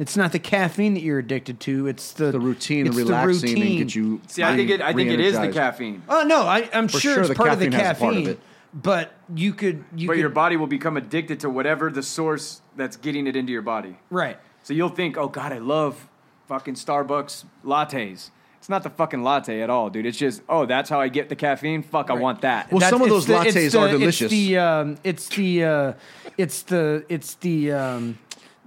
B: It's not the caffeine that you're addicted to. It's the
C: The routine,
B: it's the
C: relaxing,
B: routine.
C: and get you.
A: See, I think it, I think it is the
C: re-energized.
A: caffeine,
B: Oh no, I, I'm
C: For
B: sure,
C: sure
B: it's
C: the
B: part of the
C: caffeine
B: caffeine,
C: has a part of it.
B: but you could you
A: but
B: could
A: your body will become addicted to whatever the source that's getting it into your body.
B: right.
A: So you'll think, oh God, I love fucking Starbucks lattes. It's not the fucking latte at all, dude. It's just, oh, that's how I get the caffeine. Fuck, I want that.
C: Well, some of
B: it's
C: those
B: it's
C: lattes are delicious.
B: It's the um, it's the uh, it's the it's the um,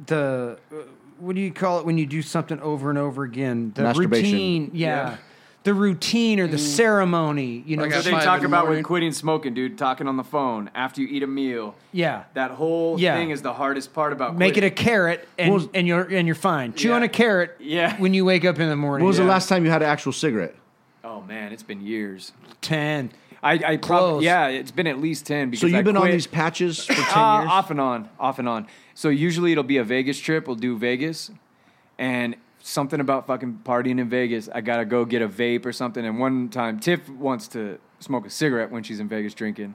B: the uh, what do you call it when you do something over and over again? The
C: Masturbation.
B: routine, yeah.
A: Yeah. Mm.
B: The routine or the ceremony, you know.
D: Like
A: That's what
D: Five
A: they
D: in
A: talk
D: the
A: about
D: morning.
A: with quitting smoking, dude. Talking on the phone after you eat a meal.
B: yeah.
A: That whole
B: Yeah.
A: thing is the hardest part about
B: Make it
A: quitting.
B: a carrot, and,
C: What was-
B: and you're and you're fine. Chew
A: Yeah.
B: on a carrot,
A: Yeah.
B: When you wake up in the morning,
C: When was
A: Yeah.
C: the last time you had an actual cigarette?
A: Oh man, it's been years.
B: ten.
A: I, I
B: Close.
A: probably yeah, it's been at least ten. Because
C: So
A: I
C: you've been on
A: quit-
C: these patches for ten years.
A: Uh, off and on, off and on. So usually it'll be a Vegas trip. We'll do Vegas, and something about fucking partying in Vegas. I gotta go get a vape or something. And one time, Tiff wants to smoke a cigarette when she's in Vegas drinking,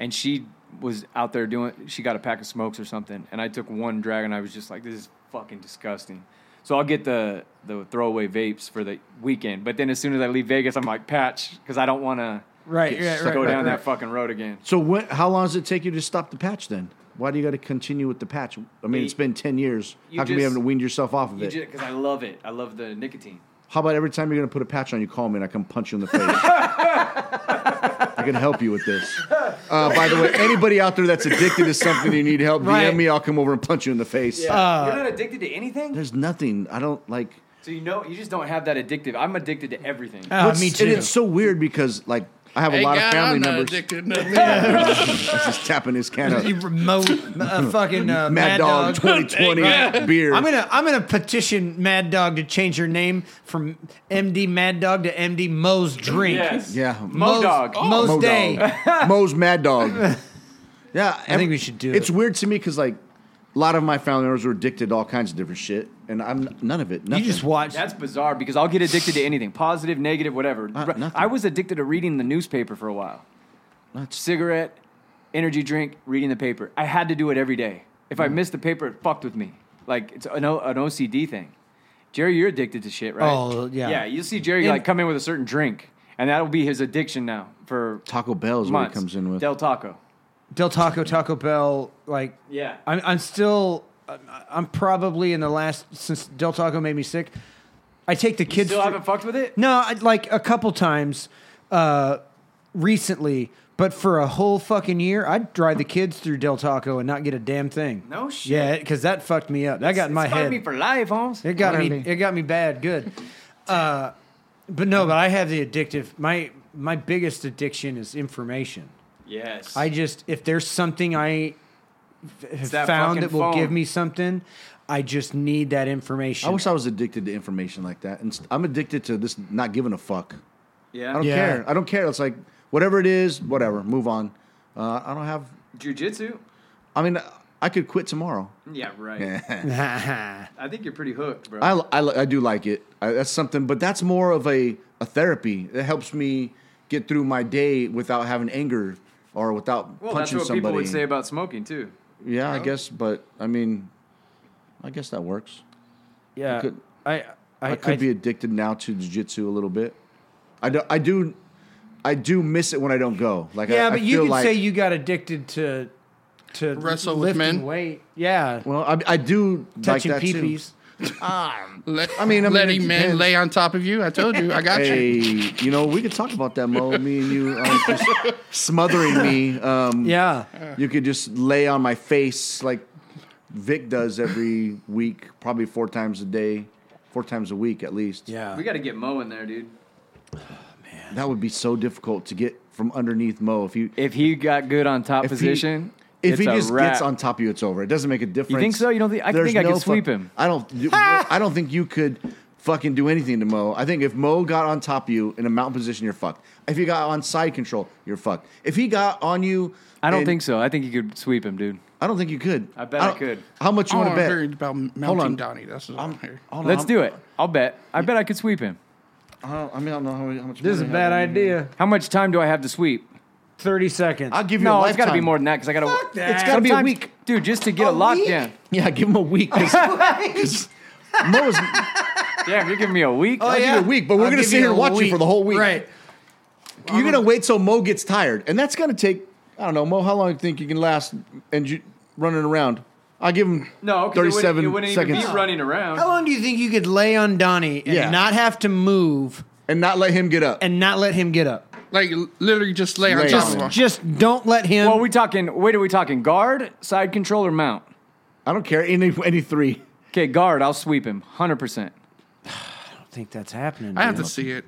A: and she was out there doing. She got a pack of smokes or something, and I took one drag, and I was just like, "This is fucking disgusting." So I'll get the the throwaway vapes for the weekend. But then as soon as I leave Vegas, I'm like, "Patch," because I don't want to
B: Right, right, right,
A: go
B: right,
A: down
B: right.
A: that fucking road again.
C: So when, how long does it take you to stop the patch then? Why do you got to continue with the patch? I mean,
A: You-
C: it's been 10 years.
A: you
C: How come you
A: just-
C: haven't weaned yourself off of it?
A: Because I love it. I love the nicotine.
C: how about every time you're going to put a patch on, you call me and I come punch you in the face? I can help you with this. Uh, by the way, anybody out there that's addicted to something you need help,
B: Right.
C: DM me. I'll come over and punch you in the face.
A: You're not addicted to anything,
C: There's nothing. I don't like.
A: so you know you just don't have that addictive. I'm addicted to everything.
B: Uh,
C: What's-
B: me too.
C: And it's so weird because like I have a
D: Hey,
C: lot
D: God,
C: of family
D: I'm not
C: members.
D: addicted to nothing.
C: Just tapping his can of
B: You remote uh, fucking uh,
C: Mad, Dog, 2020 beer.
B: I'm gonna I'm gonna petition Mad Dog to change her name from MD Mad Dog to MD Moe's Drink.
A: Yes.
C: yeah,
A: Mo Dog. Oh.
B: Moe's
C: Mo
B: Day.
C: Dog. Mo's Mad Dog. Yeah, I
B: think we should do
C: It's
B: it.
C: weird to me because like a lot of my family members were addicted to all kinds of different shit, and I'm none of it.
B: You
C: Nothing.
B: just watch.
A: That's bizarre because I'll get addicted to anything, positive, negative, whatever.
C: Uh, nothing.
A: I was addicted to reading the newspaper for a while. Cigarette, energy drink, reading the paper. I had to do it every day. If I
C: Mm.
A: missed the paper, it fucked with me. Like it's an, o- an OCD thing. Jerry, you're addicted to shit, right?
B: Oh, yeah.
A: Yeah, you see Jerry
B: And-
A: like come in with a certain drink, and that'll be his addiction now for
C: Taco Bell is what he
A: months.
C: comes in with.
A: Del Taco.
B: Del Taco, Taco Bell. Like,
A: Yeah.
B: I'm I'm still I'm, I'm probably in the last since Del Taco made me sick. I take the kids.
A: Still
B: for-
A: haven't fucked with it?
B: No, I, like a couple times, uh, recently, but for a whole fucking year, I'd drive the kids through Del Taco and not get a damn thing.
A: No shit.
B: Yeah, because that fucked me up. That got in my
A: It's fucked
B: head.
A: me for life, Holmes.
B: It got
E: What do
B: me.
E: you mean?
B: It got me bad. Good. Uh, but no, but I have the addictive. My my biggest addiction is information.
A: Yes.
B: I just if there's something I f- have
A: that
B: found
A: fucking
B: that will
A: phone.
B: give me something, I just need that information.
C: I wish I was addicted to information like that. And I'm addicted to this not giving a fuck. I
A: yeah.
C: don't
E: Yeah.
C: care. I don't care. It's like whatever it is, whatever. Move on. Uh, I don't have.
A: Jujitsu.
C: I mean, I could quit tomorrow.
A: Yeah, right.
B: I,
A: I think you're pretty hooked, bro.
C: I, I, I do like it. I, that's something, but that's more of a, a therapy. It helps me get through my day without having anger or without
A: well, that's
C: punching
A: what
C: somebody.
A: people would say about smoking too.
C: yeah, I guess, but I mean, I guess that works.
B: yeah,
C: I could-
B: I I,
C: I, could be addicted now to jiu-jitsu a little bit. I do, I do I do miss it when I don't go. Like I,
B: Yeah,
C: I
B: but you
C: feel
B: could
C: like,
B: say you got addicted to to
E: Wrestle
D: with
B: lifting
D: men?
B: Weight. Yeah,
C: well, I, I do
B: touching
C: like that too.
B: peepees.
E: Let,
C: I mean, I mean,
E: letting
C: it
E: men
C: depends.
E: lay on top of you. I told you, I got you.
C: Hey, you know, we could talk about that, Mo. Me and you um, just smothering me. Um,
B: Yeah,
C: You could just lay on my face like Vic does every week, probably four times a day, four times a week at least.
A: We got to get Mo in there, dude.
C: That would be so difficult to get from underneath Mo if you
A: If he got good on top
C: if
A: position,
C: He, if
A: it's
C: he
A: a
C: just
A: wrap.
C: gets on top of you, it's over. It doesn't make a difference.
A: so? You don't think- I
C: There's
A: think I could
C: fuck-
A: sweep him.
C: I don't. you- I don't think you could fucking do anything to Mo. I think if Mo got on top of you in a mountain position, you're fucked. If he got on side control, you're fucked. If he got on you,
A: I don't
C: and-
A: think so. I think he could sweep him, dude.
C: I don't think you could.
A: I bet I
C: don't-
A: could.
C: How
D: Oh,
C: much you
E: All
C: want to
E: I'm
C: bet?
E: worried about mounting
C: on.
E: Donnie. That's what I'm, here.
C: Hold on,
A: Let's
C: I'm-
A: do it. I'll bet. I bet I could sweep him.
C: I don't- I mean, I don't know how, how much.
B: this is a
C: money I
B: bad
C: have.
B: idea.
A: How much time do I have to sweep?
B: Thirty seconds.
C: I'll give you.
A: No,
C: a
A: it's got to be
C: lifetime.
A: more than that because I got to.
B: Fuck that.
A: It's got to be a
C: Sometimes-
A: week, dude, just to get a,
B: week?
A: lockdown.
C: Yeah, give him a week. 'cause- 'cause Mo is
A: Damn, you're giving me a week.
B: Oh,
C: I'll give you a week, but we're
B: I'll
C: gonna
B: give
C: sit
B: you
C: here and
B: a
C: watch you for the whole week.
B: Right.
C: You're gonna wait till Mo gets tired, and that's gonna take. I don't know, Mo. How long do you think you can last and you running around? I give him
A: No, 'cause it wouldn't-
C: thirty-seven
A: It wouldn't
C: seconds, Oh,
A: even be running around.
B: How long do you think you could lay on Donnie and
C: Yeah.
B: not have to move
C: and not let him get up.
B: and not let him get up?
E: Like literally, just lay on
C: Lay
E: top
B: Just,
E: of him.
B: just don't let him.
A: Well, are Oh, we talking? Wait, are we talking guard, side control, or mount?
C: I don't care any any three.
A: Okay, guard. I'll sweep him, hundred percent.
B: I don't think that's happening.
E: I have to
B: dude.
E: see it.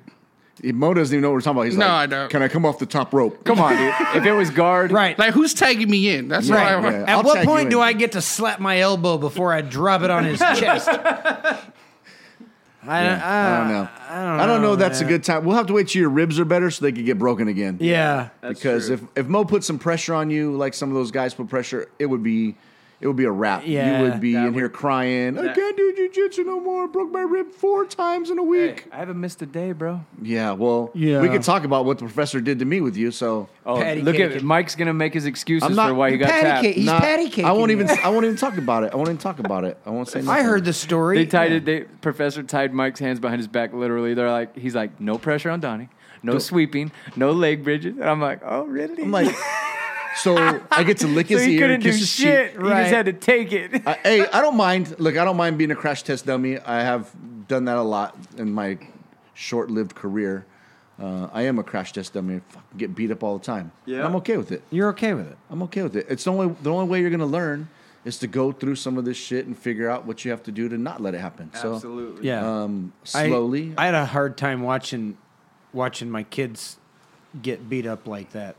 C: Mo doesn't even know what we're talking about. He's
E: No,
C: like,
E: I don't.
C: Can I come off the top rope?
A: Come on, dude. If it was guard,
B: Right.
E: Like who's tagging me in? That's
C: Yeah,
E: right.
C: yeah.
B: At
C: I'll
B: what
C: tag you
B: point do
C: in.
B: I get to slap my elbow before I drop it on his chest? I, don't,
C: I don't know.
B: I don't know.
C: I don't know. That's
B: man.
C: a good time. We'll have to wait till your ribs are better so they can get broken again.
B: Yeah.
C: because
A: true.
C: if if Mo put some pressure on you, like some of those guys put pressure, it would be it would be a wrap.
B: Yeah.
C: you would be
A: That
C: in
A: would-
C: here crying. I
A: that-
C: can't do jujitsu no more. Broke my rib four times in a week.
A: Hey, I haven't missed a day, bro.
C: Yeah, well,
B: Yeah.
C: we could talk about what the professor did to me with you. So
A: Oh,
B: Patty
A: look at
B: cake.
A: Mike's gonna make his excuses
C: I'm not-
A: for why you got
B: Patty
A: tapped.
B: cake. He's
C: Nah,
B: patty cake.
C: I won't even. I won't even talk about it. I won't even talk about it. I won't say. Nothing.
B: I heard the story.
A: They tied it. They, professor tied Mike's hands behind his back. Literally, they're like, he's like, no pressure on Donnie, no sweeping, no leg bridges. And I'm like, oh really?
C: I'm like, so I get to lick
A: so
C: his
A: he
C: ear,
A: couldn't do
C: kiss his cheek.
A: shit. He
B: Right.
A: just had to take it.
C: I, hey, I don't mind. Look, I don't mind being a crash test dummy. I have done that a lot in my short-lived career. Uh, I am a crash test dummy. I fucking get beat up all the time.
A: Yeah.
C: I'm okay with it.
B: You're okay with it.
C: I'm okay with it. It's the only the only way you're gonna learn is to go through some of this shit and figure out what you have to do to not let it happen.
A: Absolutely.
C: So,
B: Yeah.
C: um,
B: I-
C: slowly.
B: I, had a hard time watching watching my kids get beat up like that.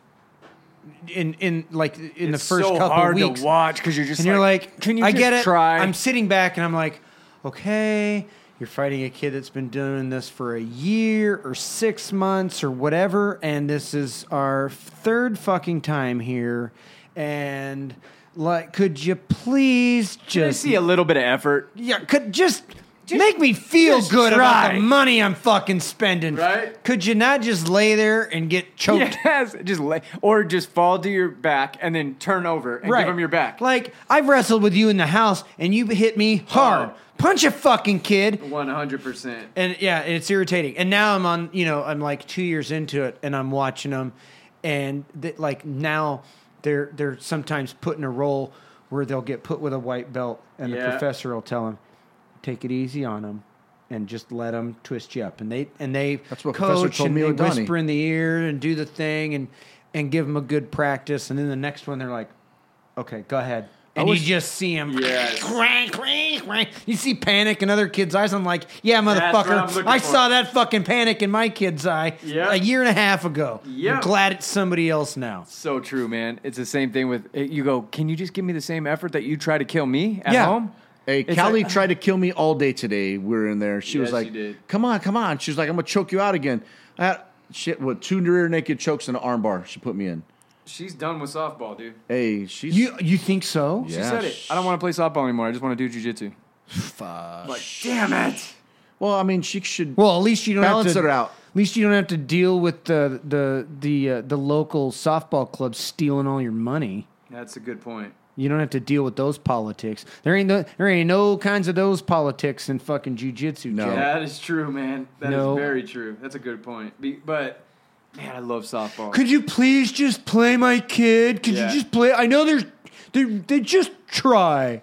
B: In in like in the
A: It's
B: first
A: so
B: couple
A: hard
B: weeks,
A: to watch because you're just
B: and you're like,
A: can you
B: I
A: just
B: get it.
A: try?
B: I'm sitting back and I'm like, okay, you're fighting a kid that's been doing this for a year or six months or whatever, and this is our third fucking time here, and like, could you please
A: Can I
B: just
A: see a little bit of effort.
B: yeah, could just, make me feel
A: just
B: good about
A: try.
B: the money I'm fucking spending.
A: Right?
B: Could you not just lay there and get choked?
A: Yes, just lay, or just fall to your back and then turn over and give him your back.
B: Like I've wrestled with you in the house and you hit me hard.
A: Oh.
B: Punch a fucking kid.
A: One hundred percent.
B: And yeah, it's irritating. And now I'm on, you know, I'm like 2 years into it and I'm watching them and th- like now they're they're sometimes put in a role where they'll get put with a white belt and the
A: Yeah.
B: professor will tell them, "Take it easy on them." and just let them twist you up. And they and they
C: That's what
B: coach
C: Professor told
B: and
C: me
B: they
C: with Donnie.
B: whisper in the ear and do the thing and and give them a good practice. And then the next one, they're like, "Okay, go ahead." And
A: wish-
B: you just see him.
A: Yes.
B: Crank, crank, crank. You see panic in other kids' eyes. I'm like, yeah,
A: what I'm
B: motherfucker.
A: looking
B: I
A: for.
B: saw that fucking panic in my kid's eye
A: Yeah.
B: a year and a half ago.
A: Yeah.
B: I'm glad it's somebody else now.
A: So true, man. It's the same thing with eh, you go, can you just give me the same effort that you try to kill me at
B: Yeah.
A: home?
C: Hey,
A: It's
C: Callie
A: like-
C: tried to kill me all day today. We were in there. She was
A: Yes,
C: like,
A: she did.
C: "Come on, come on." She was like, "I'm gonna choke you out again." I had shit with two rear naked chokes and an armbar. She put me in.
A: She's done with softball, dude.
C: Hey, she's
B: You you think so?
A: She said it. I don't want to play softball anymore. I just want to do jujitsu.
C: Fuck.
A: Like, damn it.
C: Well, I mean, she should.
B: Well, at least you don't
C: Balance
B: have to,
C: it out.
B: At least you don't have to deal with the the the uh, the local softball club stealing all your money.
A: That's a good point.
B: You don't have to deal with those politics. There ain't no, there ain't no kinds of those politics in fucking jujitsu.
C: No.
B: Joe.
A: That is true, man. That is
B: No.
A: very true. That's a good point. Be, but man, I love softball.
B: Could you please just play my kid? Could
A: Yeah.
B: you just play? I know there's they they just try.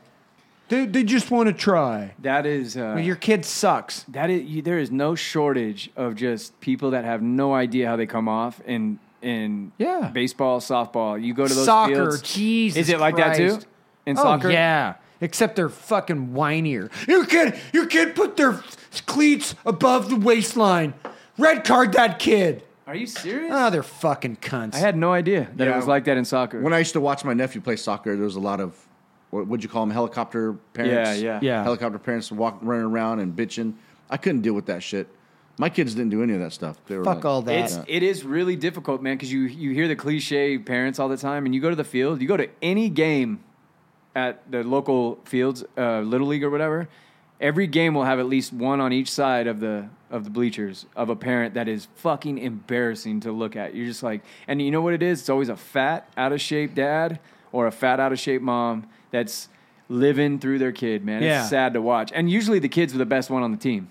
B: They they just want to try.
A: that is uh,
B: Your kid sucks.
A: that is you, there is no shortage of just people that have no idea how they come off in in
B: Yeah.
A: baseball, softball. You go to those
B: soccer,
A: fields.
B: Jesus.
A: is it like that
B: Christ.
A: too? In soccer,
B: Oh, yeah. Except they're fucking whinier. You kid, you kid put their f- cleats above the waistline. Red card that kid.
A: Are you serious?
B: Ah, they're fucking cunts.
A: I had no idea that it
C: Yeah.
A: was like that in soccer.
C: When I used to watch my nephew play soccer, there was a lot of what would you call them? Helicopter
A: yeah,
C: parents.
A: yeah,
B: Yeah.
C: Helicopter parents walk running around and bitching. I couldn't deal with that shit. My kids didn't do any of that stuff. They were
B: Fuck
C: like-
B: all that.
A: It's it is really difficult, man, because you you hear the cliche parents all the time, and you go to the field, you go to any game at the local fields, uh, little league or whatever. Every game will have at least one on each side of the of the bleachers of a parent that is fucking embarrassing to look at. You're just like, and you know what it is? It's always a fat, out of shape dad or a fat, out of shape mom that's living through their kid, man.
B: Yeah.
A: It's sad to watch. And usually the kids were the best one on the team.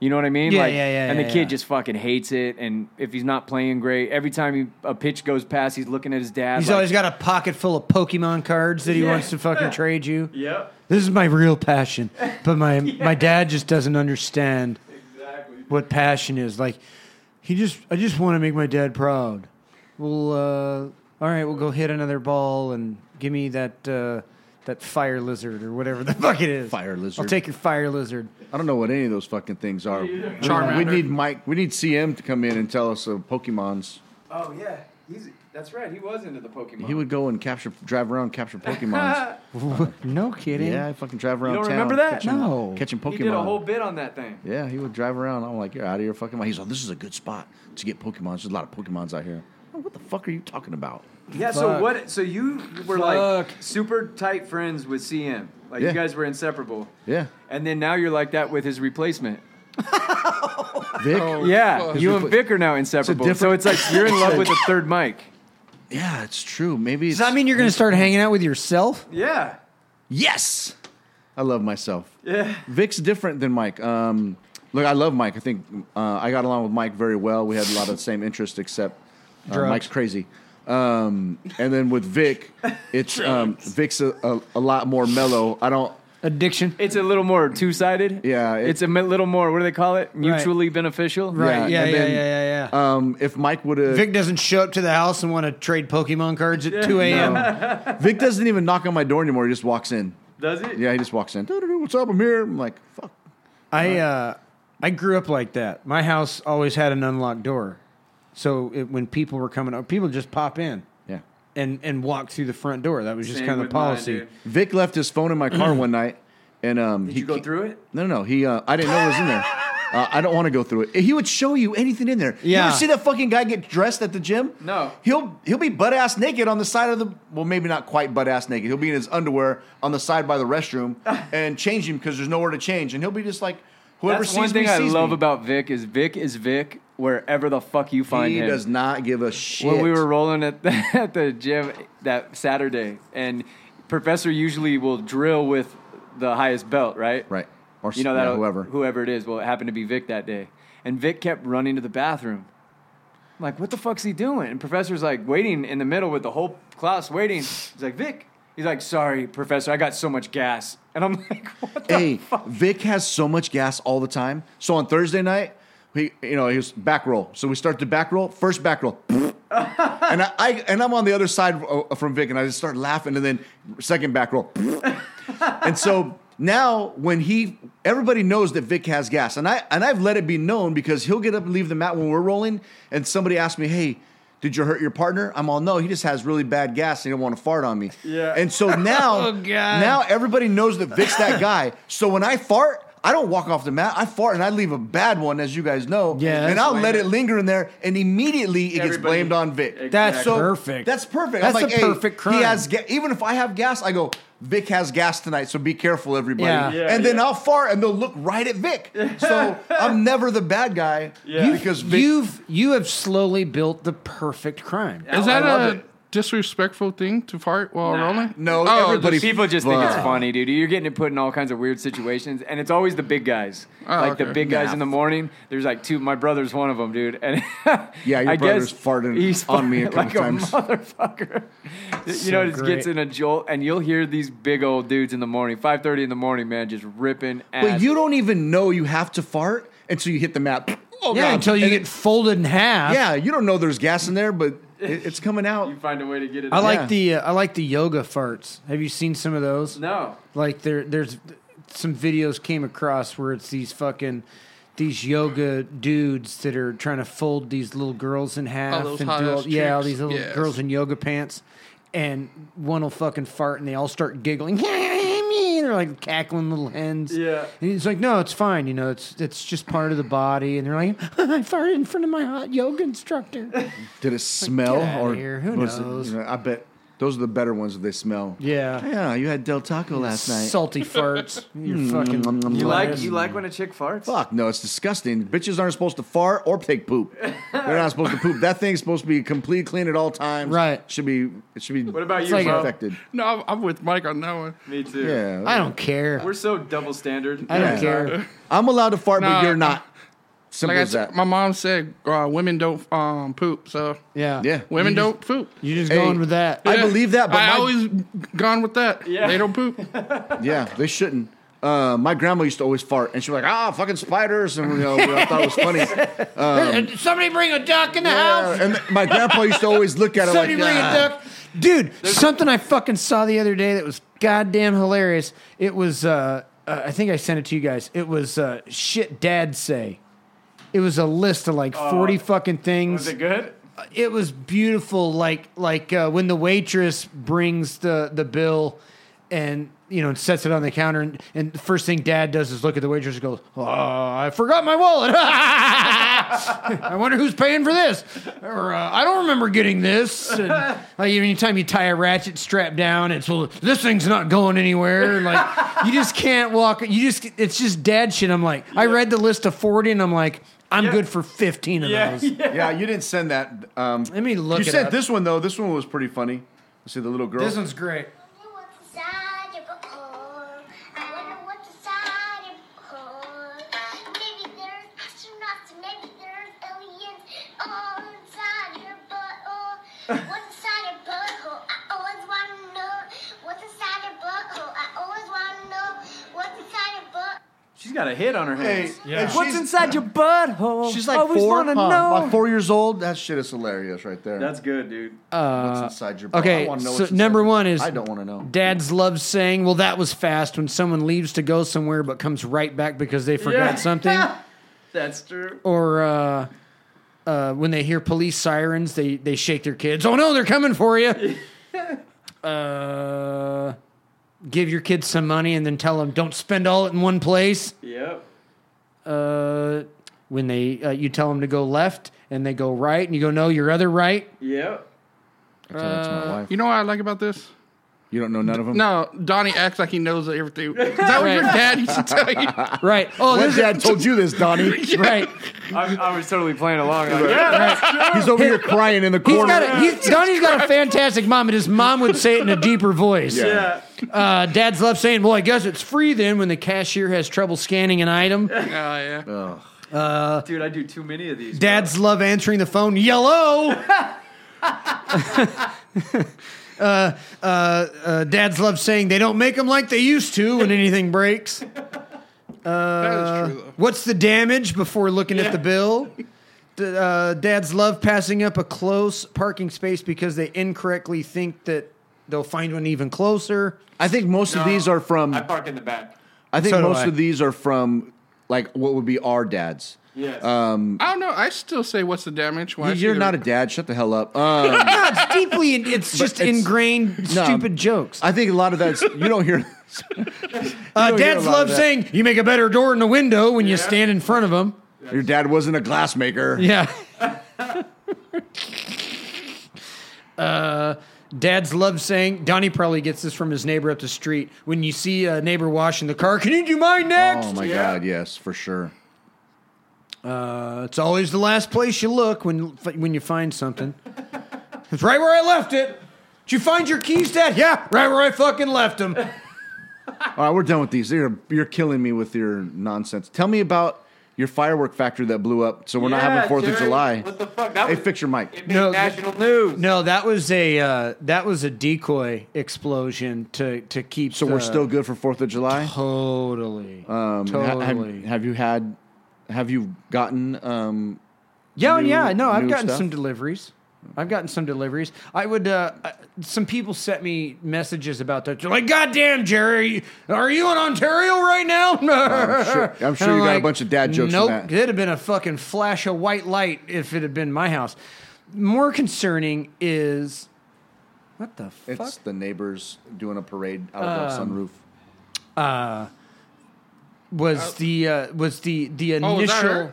A: You know what I mean?
B: Yeah,
A: like,
B: yeah, yeah,
A: And the
B: yeah,
A: kid
B: yeah.
A: just fucking hates it. And if he's not playing great, every time he, a pitch goes past, he's looking at his dad.
B: He's
A: like,
B: always got a pocket full of Pokemon cards that he
A: Yeah.
B: wants to fucking trade you.
A: Yep.
B: This is my real passion, but my my dad just doesn't understand what passion is. Like, he just I just want to make my dad proud. Well, uh, all right, we'll go hit another ball and give me that uh, that fire lizard or whatever the fuck it is.
C: Fire lizard.
B: I'll take your fire lizard.
C: I don't know what any of those fucking things are.
E: Charmander.
C: We need Mike. We need CM to come in and tell us of Pokemon's.
A: Oh yeah, he's that's right. He was into the Pokemon.
C: He would go and capture, drive around, capture Pokemon's.
B: no kidding.
C: yeah, I fucking drive around.
A: don't
C: town,
A: remember that?
C: Catching,
B: No.
C: catching Pokemon.
A: He did a whole bit on that thing.
C: yeah, he would drive around. I'm like, you're out of your fucking mind. He's like, this is a good spot to get Pokemon. There's a lot of Pokemon's out here. I'm like, What the fuck are you talking about?
A: Yeah. So
B: Fuck.
A: what? So you were like
B: Fuck.
A: super tight friends with CM. Like
C: Yeah.
A: you guys were inseparable.
C: Yeah,
A: And then now you're like that with his replacement.
C: Vic.
B: Oh.
A: Yeah,
C: fuck.
A: you
C: His
A: and
C: repla-
A: Vic are now inseparable.
C: different-
A: so it's like you're in love with a third mic.
C: Yeah, it's true. Maybe. It's,
B: Does that mean you're gonna start hanging out with yourself?
A: Yeah.
C: Yes, I love myself.
A: Yeah.
C: Vic's different than Mike. Um, look, I love Mike. I think uh, I got along with Mike very well. We had a lot of the same interests, except uh,
B: Drugs.
C: Mike's crazy. Um, and then with Vic, it's um, Vic's a, a, a lot more mellow. I don't.
B: Addiction.
A: It's a little more two sided.
C: Yeah, it-
A: it's a mi- little more. What do they call it? Mutually beneficial.
B: Right.
C: Yeah,
B: Yeah. Yeah.
C: and
B: Yeah.
C: then-
B: Yeah. yeah.
C: Um, if Mike would have, Vic,
B: Vic doesn't show up to the house and want to trade Pokemon cards at 2 a.m.
C: doesn't even knock on my door anymore. He just walks in.
A: Does it?
C: Yeah, he just walks in. "Doo-doo-doo, What's up? I'm here. I'm like, fuck.
B: I uh, I grew up like that. My house always had an unlocked door, so it, when people were coming up, people just pop in
C: Yeah.
B: and and walk through the front door. That was just
A: Same
B: kind of
A: with
B: the
A: mine,
B: policy.
A: dude.
C: Vic left his phone in my car one night, and um,
A: Did you go through it?
C: No, no, no. He, uh, I didn't know it was in there. Uh, I don't want to go through it. He would show you anything in there. You
B: Yeah.
C: ever see that fucking guy get dressed at the gym?
A: No.
C: He'll he'll be butt ass naked on the side of the well, maybe not quite butt ass naked. He'll be in his underwear on the side by the restroom and change him because there's nowhere to change. And he'll be just like whoever
A: That's
C: sees
A: one thing
C: me
A: I
C: sees
A: love
C: me.
A: about Vic is Vic is Vic wherever the fuck you find
C: He
A: him.
C: does not give a shit.
A: when we were rolling at the, at the gym that Saturday, and Professor usually will drill with the highest belt, right?
C: right or
A: You know that
C: yeah, whoever.
A: whoever it is. Well, it happened to be Vic that day, and Vic kept running to the bathroom. I'm like, what the fuck's he doing? And Professor's like waiting in the middle with the whole class waiting. He's like, Vic, He's like, sorry, professor, I got so much gas. And I'm like, what the
C: hey,
A: fuck?
C: Vic has so much gas all the time. So on Thursday night, he you know he was back roll. So we start the back roll, first back roll, and I, I and I'm on the other side uh, from Vic, and I just start laughing, and then second back roll, and so. Now, when he, everybody knows that Vic has gas, and I and I've let it be known because he'll get up and leave the mat when we're rolling, and somebody asks me, "Hey, did you hurt your partner?" I'm all, "No, he just has really bad gas, and he don't want to fart on me."
A: Yeah.
C: And so now,
E: Oh, God.
C: now everybody knows that Vic's that guy. So when I fart, I don't walk off the mat. I fart and I leave a bad one, as you guys know.
B: Yeah,
C: and
B: that's
C: I'll let it linger in there, and immediately it gets
A: Everybody-
C: blamed on Vic.
B: That's
A: Exactly.
C: So
B: perfect.
C: That's perfect.
B: That's
C: I'm like,
B: the
C: hey,
B: perfect crime.
C: He has ga- even if I have gas, I go. Vic has gas tonight, so be careful, everybody.
B: Yeah.
A: Yeah,
C: and then
A: yeah.
C: I'll fart, and they'll look right at Vic. So I'm never the bad guy
A: Yeah. You've-
C: because Vic.
B: You've you have slowly built the perfect crime.
E: Is that
C: love
E: a
C: it.
E: disrespectful thing to fart while rolling?
C: no,
E: Oh,
C: everybody.
A: People just think it's
C: Fuck.
A: funny, dude. You're getting it put in all kinds of weird situations, and it's always the big guys,
E: Oh,
A: like the
E: okay.
A: big guys
C: Nah.
A: in the morning. There's like two. My brother's one of them, dude. And
C: Yeah, your
A: I
C: brother's
A: guess
C: farted
A: he's
C: on me a
A: farted
C: couple
A: like
C: times.
A: a motherfucker. you
B: So
A: know, it just gets
B: great.
A: in a jolt, and you'll hear these big old dudes in the morning, five thirty in the morning, man, just ripping. Ass.
C: But you don't even know you have to fart until you hit the mat. Oh,
B: yeah,
C: God.
B: until you
C: And
B: get folded in half.
C: Yeah, you don't know there's gas in there, but it, it's coming out.
A: You find a way to get it.
B: I like
C: Yeah.
B: the uh, I like the yoga farts. Have you seen some of those?
A: no.
B: Like there there's some videos came across where it's these fucking these yoga dudes that are trying to fold these little girls in half
E: those
B: and do
E: hot-ass
B: all, yeah, all
E: chicks.
B: these little
E: Yes.
B: girls in yoga pants and one will fucking fart and they all start giggling. They're like cackling little hens.
A: Yeah.
B: And he's like, no, it's fine. You know, it's it's just part of the body. And they're like, I farted in front of my hot yoga instructor.
C: Did it smell
B: outta
C: or
B: here, who
C: was it-
B: knows?
C: you know, I bet those are the better ones if they smell.
B: Yeah.
C: Yeah, you had Del Taco last night. Mm,
B: Salty farts. You're fucking.
A: You like
B: lettuce.
A: you like when a chick farts?
C: Fuck no, it's disgusting. Bitches aren't supposed to fart or take poop. They're not supposed to poop. That thing's supposed to be completely clean at all times.
B: Right.
C: Should be. It should be. What
A: about you,
B: like bro?
C: Infected.
E: No, I'm, I'm with Mike on that one.
A: Me too.
C: Yeah.
B: I don't care.
A: We're so double standard.
B: I don't
C: Yeah.
B: care.
C: I'm allowed to fart,
E: Nah.
C: but you're not. Simple
E: Like I
C: as that.
E: said, my mom said, uh, women don't um, poop, so
B: Yeah.
C: yeah.
E: women don't poop.
B: You're just
C: Hey.
B: going with that.
C: I believe that, but
E: I
C: my-
E: always gone with that.
A: Yeah.
E: They don't poop.
C: Yeah, they shouldn't. Uh, my grandma used to always fart, and she was like, "Ah, fucking spiders," and you know, I thought it was funny.
B: uh, Somebody bring a duck in the house.
C: Yeah, and my grandpa used to always look at it like,
B: Somebody bring
C: "Ah."
B: a duck. Dude, something I fucking saw the other day that was goddamn hilarious. It was, uh, uh, I think I sent it to you guys. It was uh, shit dad say. It was a list of
C: Oh.
B: like 40 fucking things.
A: Is it good?
B: it was beautiful like like uh, when the waitress brings the the bill and you know and sets it on the counter and, and the first thing dad does is look at the waitress and goes oh i forgot my wallet i wonder who's paying for this or uh, i don't remember getting this and, like anytime you tie a ratchet strap down it's well this thing's not going anywhere like you just can't walk you just it's just dad shit i'm like i read the list of 40 and i'm like i'm good for 15 of
A: Yeah.
B: those
A: yeah.
C: Yeah, you didn't send that. Um,
B: let me look
C: you
B: it
C: sent
B: up.
C: this one though. This one was pretty funny. Let's see the little girl.
B: This one's great.
F: wonder what's inside your butthole. I wonder what's inside your butthole. Maybe there's astronauts, maybe there's aliens all inside your butthole. What's inside your butthole? I always want to know. What's inside your butthole? I always want to know. What's inside your butthole?
A: She's got a hit on her
C: Hey,
A: hands.
C: and she's-
A: What's inside your butthole?
C: She's like
A: Always
C: four.
A: wanna
C: huh?
A: know.
C: Like four years old. That shit is hilarious right there.
A: That's Uh, good, dude.
C: what's inside your.
B: okay,
C: I wanna know
B: so
C: what's inside
B: number
C: your-
B: one is-
C: I don't want to know.
B: Dad's love saying, "Well, that was fast." When someone leaves to go somewhere but comes right back because they forgot
A: Yeah.
B: something,
A: That's true.
B: or uh, uh, when they hear police sirens, they they shake their kids. Oh no, they're coming for you. uh, give your kids some money and then tell them don't spend all it in one place.
A: Yep.
B: Uh, when they uh, you tell them to go left and they go right, and you go no, your other right.
A: Yep. Oh,
C: I tell that to
B: Uh,
C: my wife.
E: You know what I like about this?
C: You don't know none of them.
E: No, Donnie acts like he knows everything. Is that what your dad used to tell you?
B: Right. Oh,
C: What
B: this is
C: dad told you this, Donnie?
B: right.
A: I, I was totally playing along. Like, yeah.
C: He's over here crying in the
B: He's
C: corner.
B: got a, he's, Donnie's got a fantastic mom, and his mom would say it in a deeper voice.
A: yeah.
B: Uh, Dad's left saying, "Well, I guess it's free then." When the cashier has trouble scanning an item,
E: Oh, yeah.
A: Dude, I do too many of these.
B: Dad's love answering the phone, "Yellow." uh, uh, uh, dads love saying they don't make them like they used to when anything breaks.
E: that is true though.
B: What's the damage before looking at the bill? D- uh, dads love passing up a close parking space because they incorrectly think that they'll find one even closer.
C: I think most of these are from.
A: I
C: I,
A: park in the back.
C: think
B: So do
C: most
B: I.
C: of these are from like what would be our dads.
A: Yes.
E: I don't know. I still say what's the damage? Why
C: You're
E: should-
C: not a dad. Shut the hell up. Um,
B: No, it's deeply. It's just
C: it's-
B: ingrained
C: No,
B: stupid jokes.
C: I think a lot of that's you don't hear.
B: Uh,
C: don't hear a lot of
B: dads love
C: that.
B: saying you make a better door in the window when you stand in front of them.
C: Your dad wasn't a glassmaker.
B: Yeah. uh, dads love saying, Donnie probably gets this from his neighbor up the street. When you see a neighbor washing the car, can you do mine next?
C: Oh my god, yes, for sure.
B: Uh, it's always the last place you look when, when you find something. it's right where I left it. Did you find your keys, Dad? Yeah, right where I fucking left them.
C: All right, we're done with these. You're, you're killing me with your nonsense. Tell me about your firework factory that blew up. So we're not having Fourth of July.
A: What the fuck? That
C: Hey,
A: was,
C: fix your mic.
A: It made
B: No,
A: national news.
B: No, that was a uh, that was a decoy explosion to to keep.
C: So we're
B: the-
C: still good for Fourth of July.
B: totally,
C: Um, ha- have-
B: totally.
C: have, you had? Have you gotten? Um,
B: Yeah,
C: new-
B: yeah. No, I've
C: new
B: gotten
C: stuff?
B: some deliveries. I've gotten some deliveries. I would. Uh, uh, some people sent me messages about that. They're like, "God damn, Jerry, are you in Ontario right now?" I'm
C: sure- I'm sure you got a bunch of dad jokes in
B: Nope,
C: that."
B: it'd have been a fucking flash of white light if it had been my house. More concerning is what the fuck. Um,
C: it's the neighbors doing a parade out of the sunroof.
B: was the uh, was the the initial
E: Oh, was that her? Uh,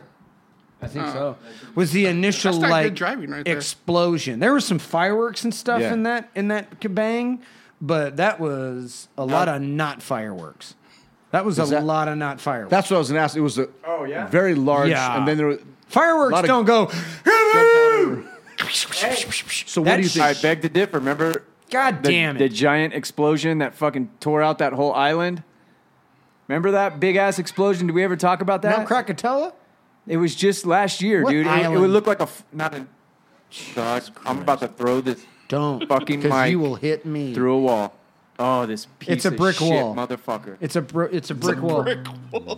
B: I think so. Was the initial
E: That's not
B: like
E: good driving right there.
B: explosion? There was some fireworks and stuff
C: Yeah.
B: in that in that kabang, but that was a lot of not fireworks. That was, a
C: that-
B: lot of not fireworks.
C: That's what I was gonna ask. It was a
A: Oh, yeah.
C: very large,
B: Yeah.
C: and then there. was-
B: fireworks
C: lot of-
B: don't go. "Hoo-hoo!"
C: So what do you
B: That's-
C: think?
A: I beg to differ. Remember
B: God
A: the,
B: damn
A: the
B: it!
A: giant explosion that fucking tore out that whole island? Remember that big ass explosion? Did we ever talk about that?
B: Mount Krakatoa.
A: It was just last year,
B: What
A: dude. It- It, would
B: island?
A: look like a f- not a. Shut! I'm about to throw this
B: Don't
A: Fucking
B: 'cause
A: mic
B: you will hit me.
A: through a wall. Oh, this piece
B: It's a
A: of
B: brick
A: shit
B: wall.
A: motherfucker.
B: It's a br- it's a brick wall.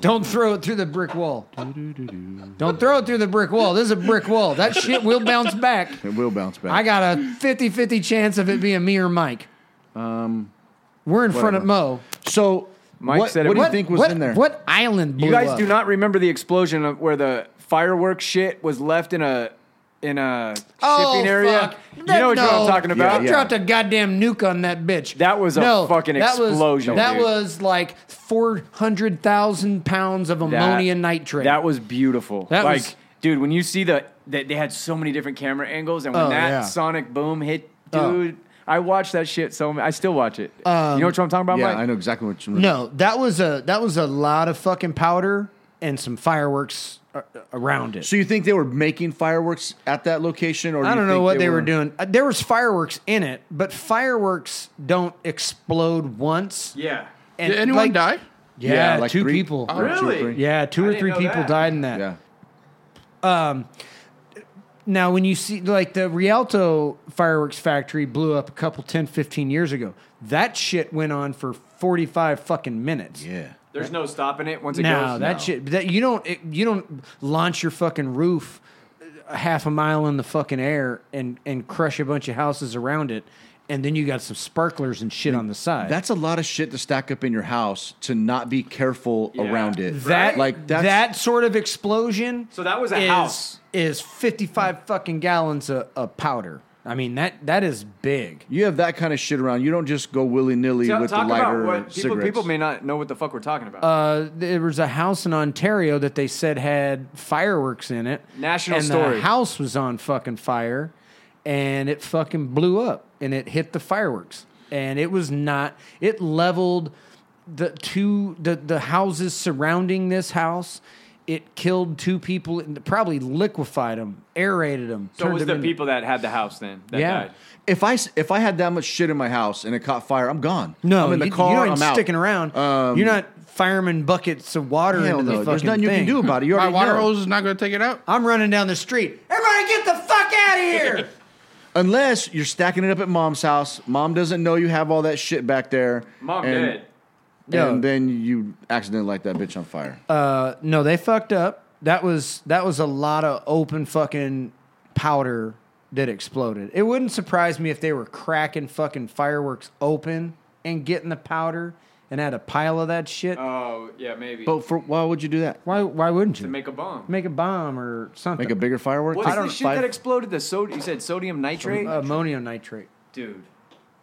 B: Don't throw it through the brick wall. Don't throw it through the brick wall. This is a brick wall. That shit will bounce back.
C: it will bounce back.
B: I got a 50-50 chance of it being me or Mike. Um, we're in front of Mo.
C: so.
A: Mike
C: what,
A: Um, said it
C: what do you
A: was-
C: think was
B: what,
C: in there?
B: What island blew
A: you guys
B: up?
A: do not remember the explosion of where the fireworks shit was left in a in a
B: Oh,
A: shipping area.
B: fuck.
A: You
B: That-
A: know what
B: no.
A: I'm talking about?
B: I
C: Yeah.
B: dropped a goddamn nuke on that bitch.
A: That was a fucking
B: that was-
A: explosion,
B: That
A: dude.
B: was like 400,000 pounds of ammonia nitrate.
A: That was beautiful.
B: That
A: like,
B: was-
A: dude, when you see the that they had so many different camera angles, and when
B: Oh,
A: that
B: yeah.
A: sonic boom hit,
B: Oh. Um,
A: dude, I watched that shit so ma- I still watch it. you know what I'm talking about,
C: yeah,
A: Mike?
C: I know exactly what you mean.
B: No, that was a that was a lot of fucking powder and some fireworks a- around it.
C: So you think they were making fireworks at that location, or do
B: I
C: you
B: don't know
C: think
B: what they, were, doing. Uh, There was fireworks in it, but fireworks don't explode once.
A: Yeah.
B: And
E: Did anyone
B: like-
E: die?
B: Yeah,
C: like
B: two
C: three-
B: people.
C: or two or
A: Really?
C: three.
B: Yeah, two
A: I
B: or
A: didn't
B: three
A: know
B: people
A: that.
B: died in that.
C: yeah.
B: Now, when you see like the Rialto fireworks factory blew up a couple 10, 15 years ago, that shit went on for 45 fucking minutes.
C: Yeah.
A: There's no stopping it once it
B: No,
A: goes.
B: that
A: no.
B: shit. That you don't. It, you don't launch your fucking roof a half a mile in the fucking air and and crush a bunch of houses around it, and then you got some sparklers and shit on the side.
C: That's a lot of shit to stack up in your house to not be careful
A: Yeah.
C: around it.
B: that
C: like that's,
B: that sort of explosion.
A: So that was a
B: is,
A: house.
B: Is fifty five fucking gallons of, of powder. I mean that that is big.
C: you have that kind of shit around. You don't just go willy nilly
A: Ta-
C: with the
A: talk
C: lighter
A: about what people,
C: cigarettes.
A: people may not know what the fuck we're talking about.
B: Uh, there was a house in Ontario that they said had fireworks in it.
A: National
B: and
A: story.
B: The house was on fucking fire, and it fucking blew up, and it hit the fireworks, and it was not. It leveled the two the the houses surrounding this house. It killed two people and probably liquefied them, aerated them.
A: so it was the people that had the house then that
B: Yeah.
A: died.
C: if I s- if I had that much shit in my house and it caught fire, I'm gone.
B: No,
C: I'm in the
B: you,
C: car.
B: you're not
C: I'm out.
B: sticking around.
C: Um,
B: you're not fireman buckets of water
C: Hell
B: into the
C: no.
B: fucking
C: There's nothing you can
B: thing.
C: do about it. You
E: My
C: already
E: water
C: know.
E: hose is not going to take it out.
B: I'm running down the street. Everybody get the fuck out of here.
C: Unless you're stacking it up at mom's house, mom doesn't know you have all that shit back there.
A: Mom
C: and,
A: dead.
B: Yeah.
C: And then you accidentally light that bitch on fire.
B: Uh, no, they fucked up. That was that was a lot of open fucking powder that exploded. It wouldn't surprise me if they were cracking fucking fireworks open and getting the powder and had a pile of that shit.
A: Oh yeah, maybe
C: but for why would you do that?
B: why why wouldn't you
A: to make a bomb.
B: Make a bomb or something?
C: Make a bigger firework?
A: What's
B: I
A: the
B: don't-
A: shit that exploded? The sodium. You said sodium nitrate,
B: ammonium nitrate.
A: dude.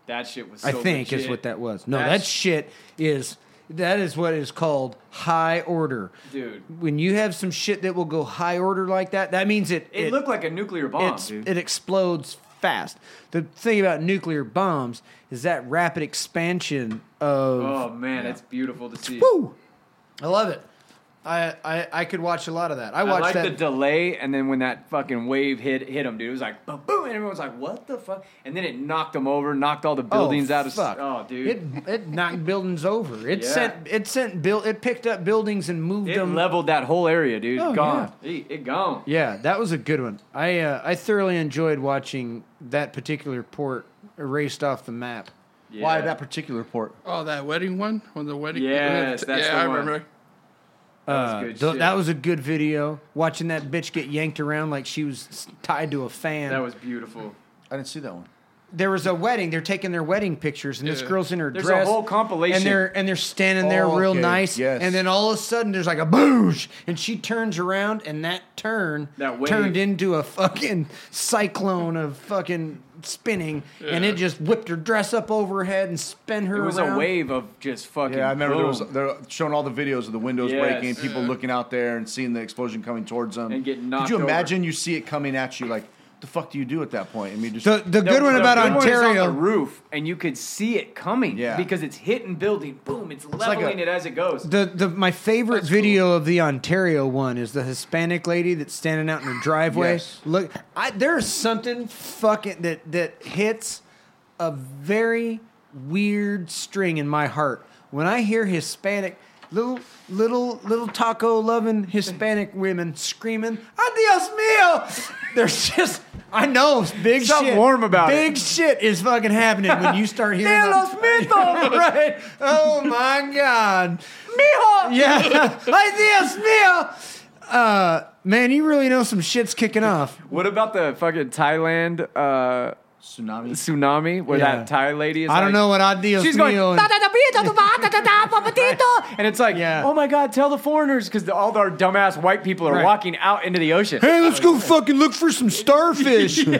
A: That shit was. So
B: I think is
A: legit.
B: what that was. No,
A: That's-
B: that shit is that is what is called high order.
A: Dude.
B: when you have some shit that will go high order like that, that means it
A: It, looked like a nuclear bomb,
B: it's,
A: dude.
B: it explodes fast. The thing about nuclear bombs is that rapid expansion of
A: oh man, that's beautiful to see.
B: Woo! I love it. I, I I could watch a lot of that. I
A: I
B: watched
A: like the
B: that.
A: delay, and then when that fucking wave hit hit him, dude, it was like boom, boom, and everyone's like, "What the fuck?" And then it knocked them over, knocked all the buildings
B: oh,
A: out of.
B: fuck.
A: Oh, dude, it,
B: It it knocked buildings over. It
A: Yeah.
B: sent it sent build it picked up buildings and moved them
A: leveled that whole area, dude.
B: Oh,
A: gone. It, it gone.
B: Yeah, that was a good one. I uh, I thoroughly enjoyed watching that particular port erased off the map.
A: Yeah.
C: Why that particular port?
E: Oh, that wedding one when the wedding.
A: Yes, that's
E: yeah,
A: the
E: I
A: one.
E: remember.
A: That was
B: Uh,
A: good
B: th-
A: shit.
B: that was a good video. Watching that bitch get yanked around like she was s- tied to a fan.
A: That was beautiful.
C: I didn't see that one.
B: there was a wedding. They're taking their wedding pictures, and this
E: Yeah.
B: girl's in her
A: There's a
B: dress.
A: whole compilation.
B: and they're and they're standing there
C: Oh,
B: real
C: okay,
B: nice.
C: yes.
B: And then all of a sudden, there's like a boosh, and she turns around, and that turn
A: That wave.
B: turned into a fucking cyclone of fucking spinning, and it just whipped her dress up over her head and spun her.
A: It was
B: around.
A: a wave of just fucking.
C: Yeah, I remember there was
A: boom,
C: they're showing all the videos of the windows
A: Yes.
C: breaking, people looking out there and seeing the explosion coming towards them.
A: And getting knocked
C: Could you
A: over.
C: imagine you see it coming at you like the fuck do you do at that point? I mean just
B: The the good
A: The-
B: one
A: the
B: about
A: good one is on
B: Ontario.
A: the roof, and you could see it coming
C: Yeah.
A: because it's hitting building. Boom! It's
C: like
A: leveling
C: a-
A: it as it goes.
B: The the my favorite video of the Ontario one is the Hispanic lady that's standing out in her driveway.
C: Yes.
B: Look, I, there's something fucking that that hits a very weird string in my heart when I hear Hispanic little little little taco loving Hispanic women screaming "Adios mío." There's just I know big
A: Something
B: shit.
A: warm about it.
B: big shit is fucking happening when you start hearing.
A: De
B: those-
A: los mitos!
B: right? Oh my God, mijo. Yeah, ideas, mijo. Uh, man, you really know some shit's kicking off.
A: What about the fucking Thailand uh,
C: tsunami.
A: tsunami where
B: Yeah.
A: that Thai lady is?
B: I don't
A: like-
B: know what ideas.
A: She's going,
B: mijo and-
A: and it's like,
B: Yeah.
A: oh my god, tell the foreigners because all our dumbass white people are
B: Right.
A: walking out into the ocean.
B: Hey, let's go fucking look for some starfish. Hey, you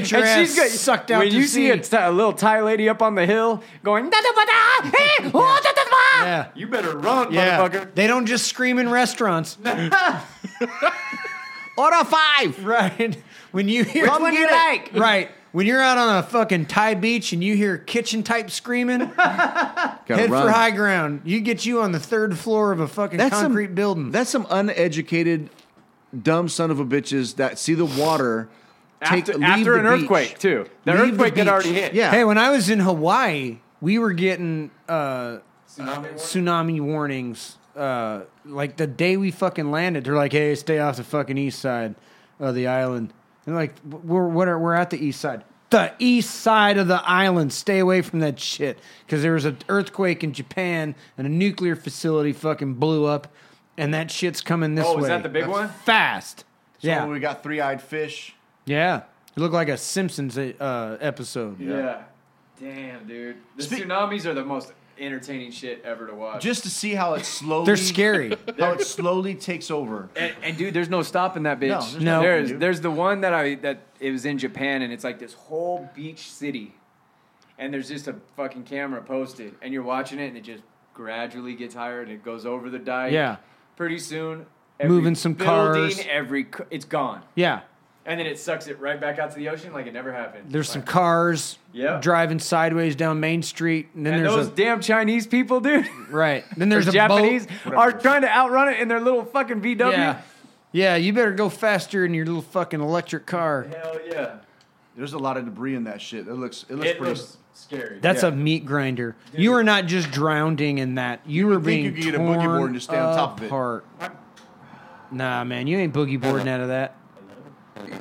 B: get your
A: And
B: ass
A: she's got,
B: sucked out
A: When
B: to
A: you see
B: sea.
A: a, Thai- a little Thai lady up on the hill going, "Da, da, ba, da, hey, oh, da, da, da, ba."
B: Yeah.
A: you better run, motherfucker.
B: They don't just scream in restaurants.
C: Order five.
B: Right. When you hear
A: one you
B: Get it.
A: like.
B: Right. When you're out on a fucking Thai beach and you hear kitchen type screaming,
C: Gotta
B: head
C: run.
B: for high ground. You get you on the third floor of a fucking concrete
C: some,
B: building.
C: That's some uneducated, dumb son of a bitches that see the water.
A: After,
C: take, leave
A: after
C: the
A: an
C: beach.
A: earthquake, too. The
C: Leave the
A: earthquake had
C: beach.
A: already hit.
C: Yeah.
B: Hey, when I was in Hawaii, we were getting uh,
A: Tsunami
B: tsunami warnings. Uh, like the day we fucking landed, they're like, "Hey, stay off the fucking east side of the island." And like, we're what are, we're at the east side. The east side of the island. Stay away from that shit. Because there was an earthquake in Japan, and a nuclear facility fucking blew up, and that shit's coming this
A: Oh,
B: way.
A: is that the big one?
B: Fast.
C: So
B: yeah.
C: we got three-eyed fish.
B: yeah. It looked like a Simpsons uh, episode.
A: Yeah. Damn, dude. The
C: Spe-
A: tsunamis are the most entertaining shit ever to watch.
C: Just to see how it slowly.
B: They're scary.
C: How it slowly takes over.
A: and, and dude, there's no stopping that bitch.
C: No, there's
B: No. nothing,
A: there's
C: dude.
A: there's the one that I that it was in Japan, and it's like this whole beach city, and there's just a fucking camera posted, and you're watching it, and it just gradually gets higher, and it goes over the dike.
B: Yeah.
A: Pretty soon,
B: Moving some
A: building,
B: cars.
A: Every ca- it's gone,
B: Yeah.
A: and then it sucks it right back out to the ocean like it never happened.
B: There's
A: Like-
B: some cars
A: Yep.
B: driving sideways down Main Street, and then
A: And
B: there's
A: those
B: a
A: damn Chinese people, dude.
B: right. Then
A: Their
B: there's a
A: Japanese
B: boat.
A: are trying to outrun it in their little fucking VW.
B: Yeah, yeah. You better go faster in your little fucking electric car.
A: Hell yeah.
C: There's a lot of debris in that shit. It looks. It looks
A: It
C: pretty.
A: looks scary.
B: That's
C: Yeah.
B: a meat grinder. You were not just drowning in that. You were being
C: think you could get a
B: torn
C: boogie board and just stay on top of it.
B: apart. Nah, man, you ain't boogie boarding out of that.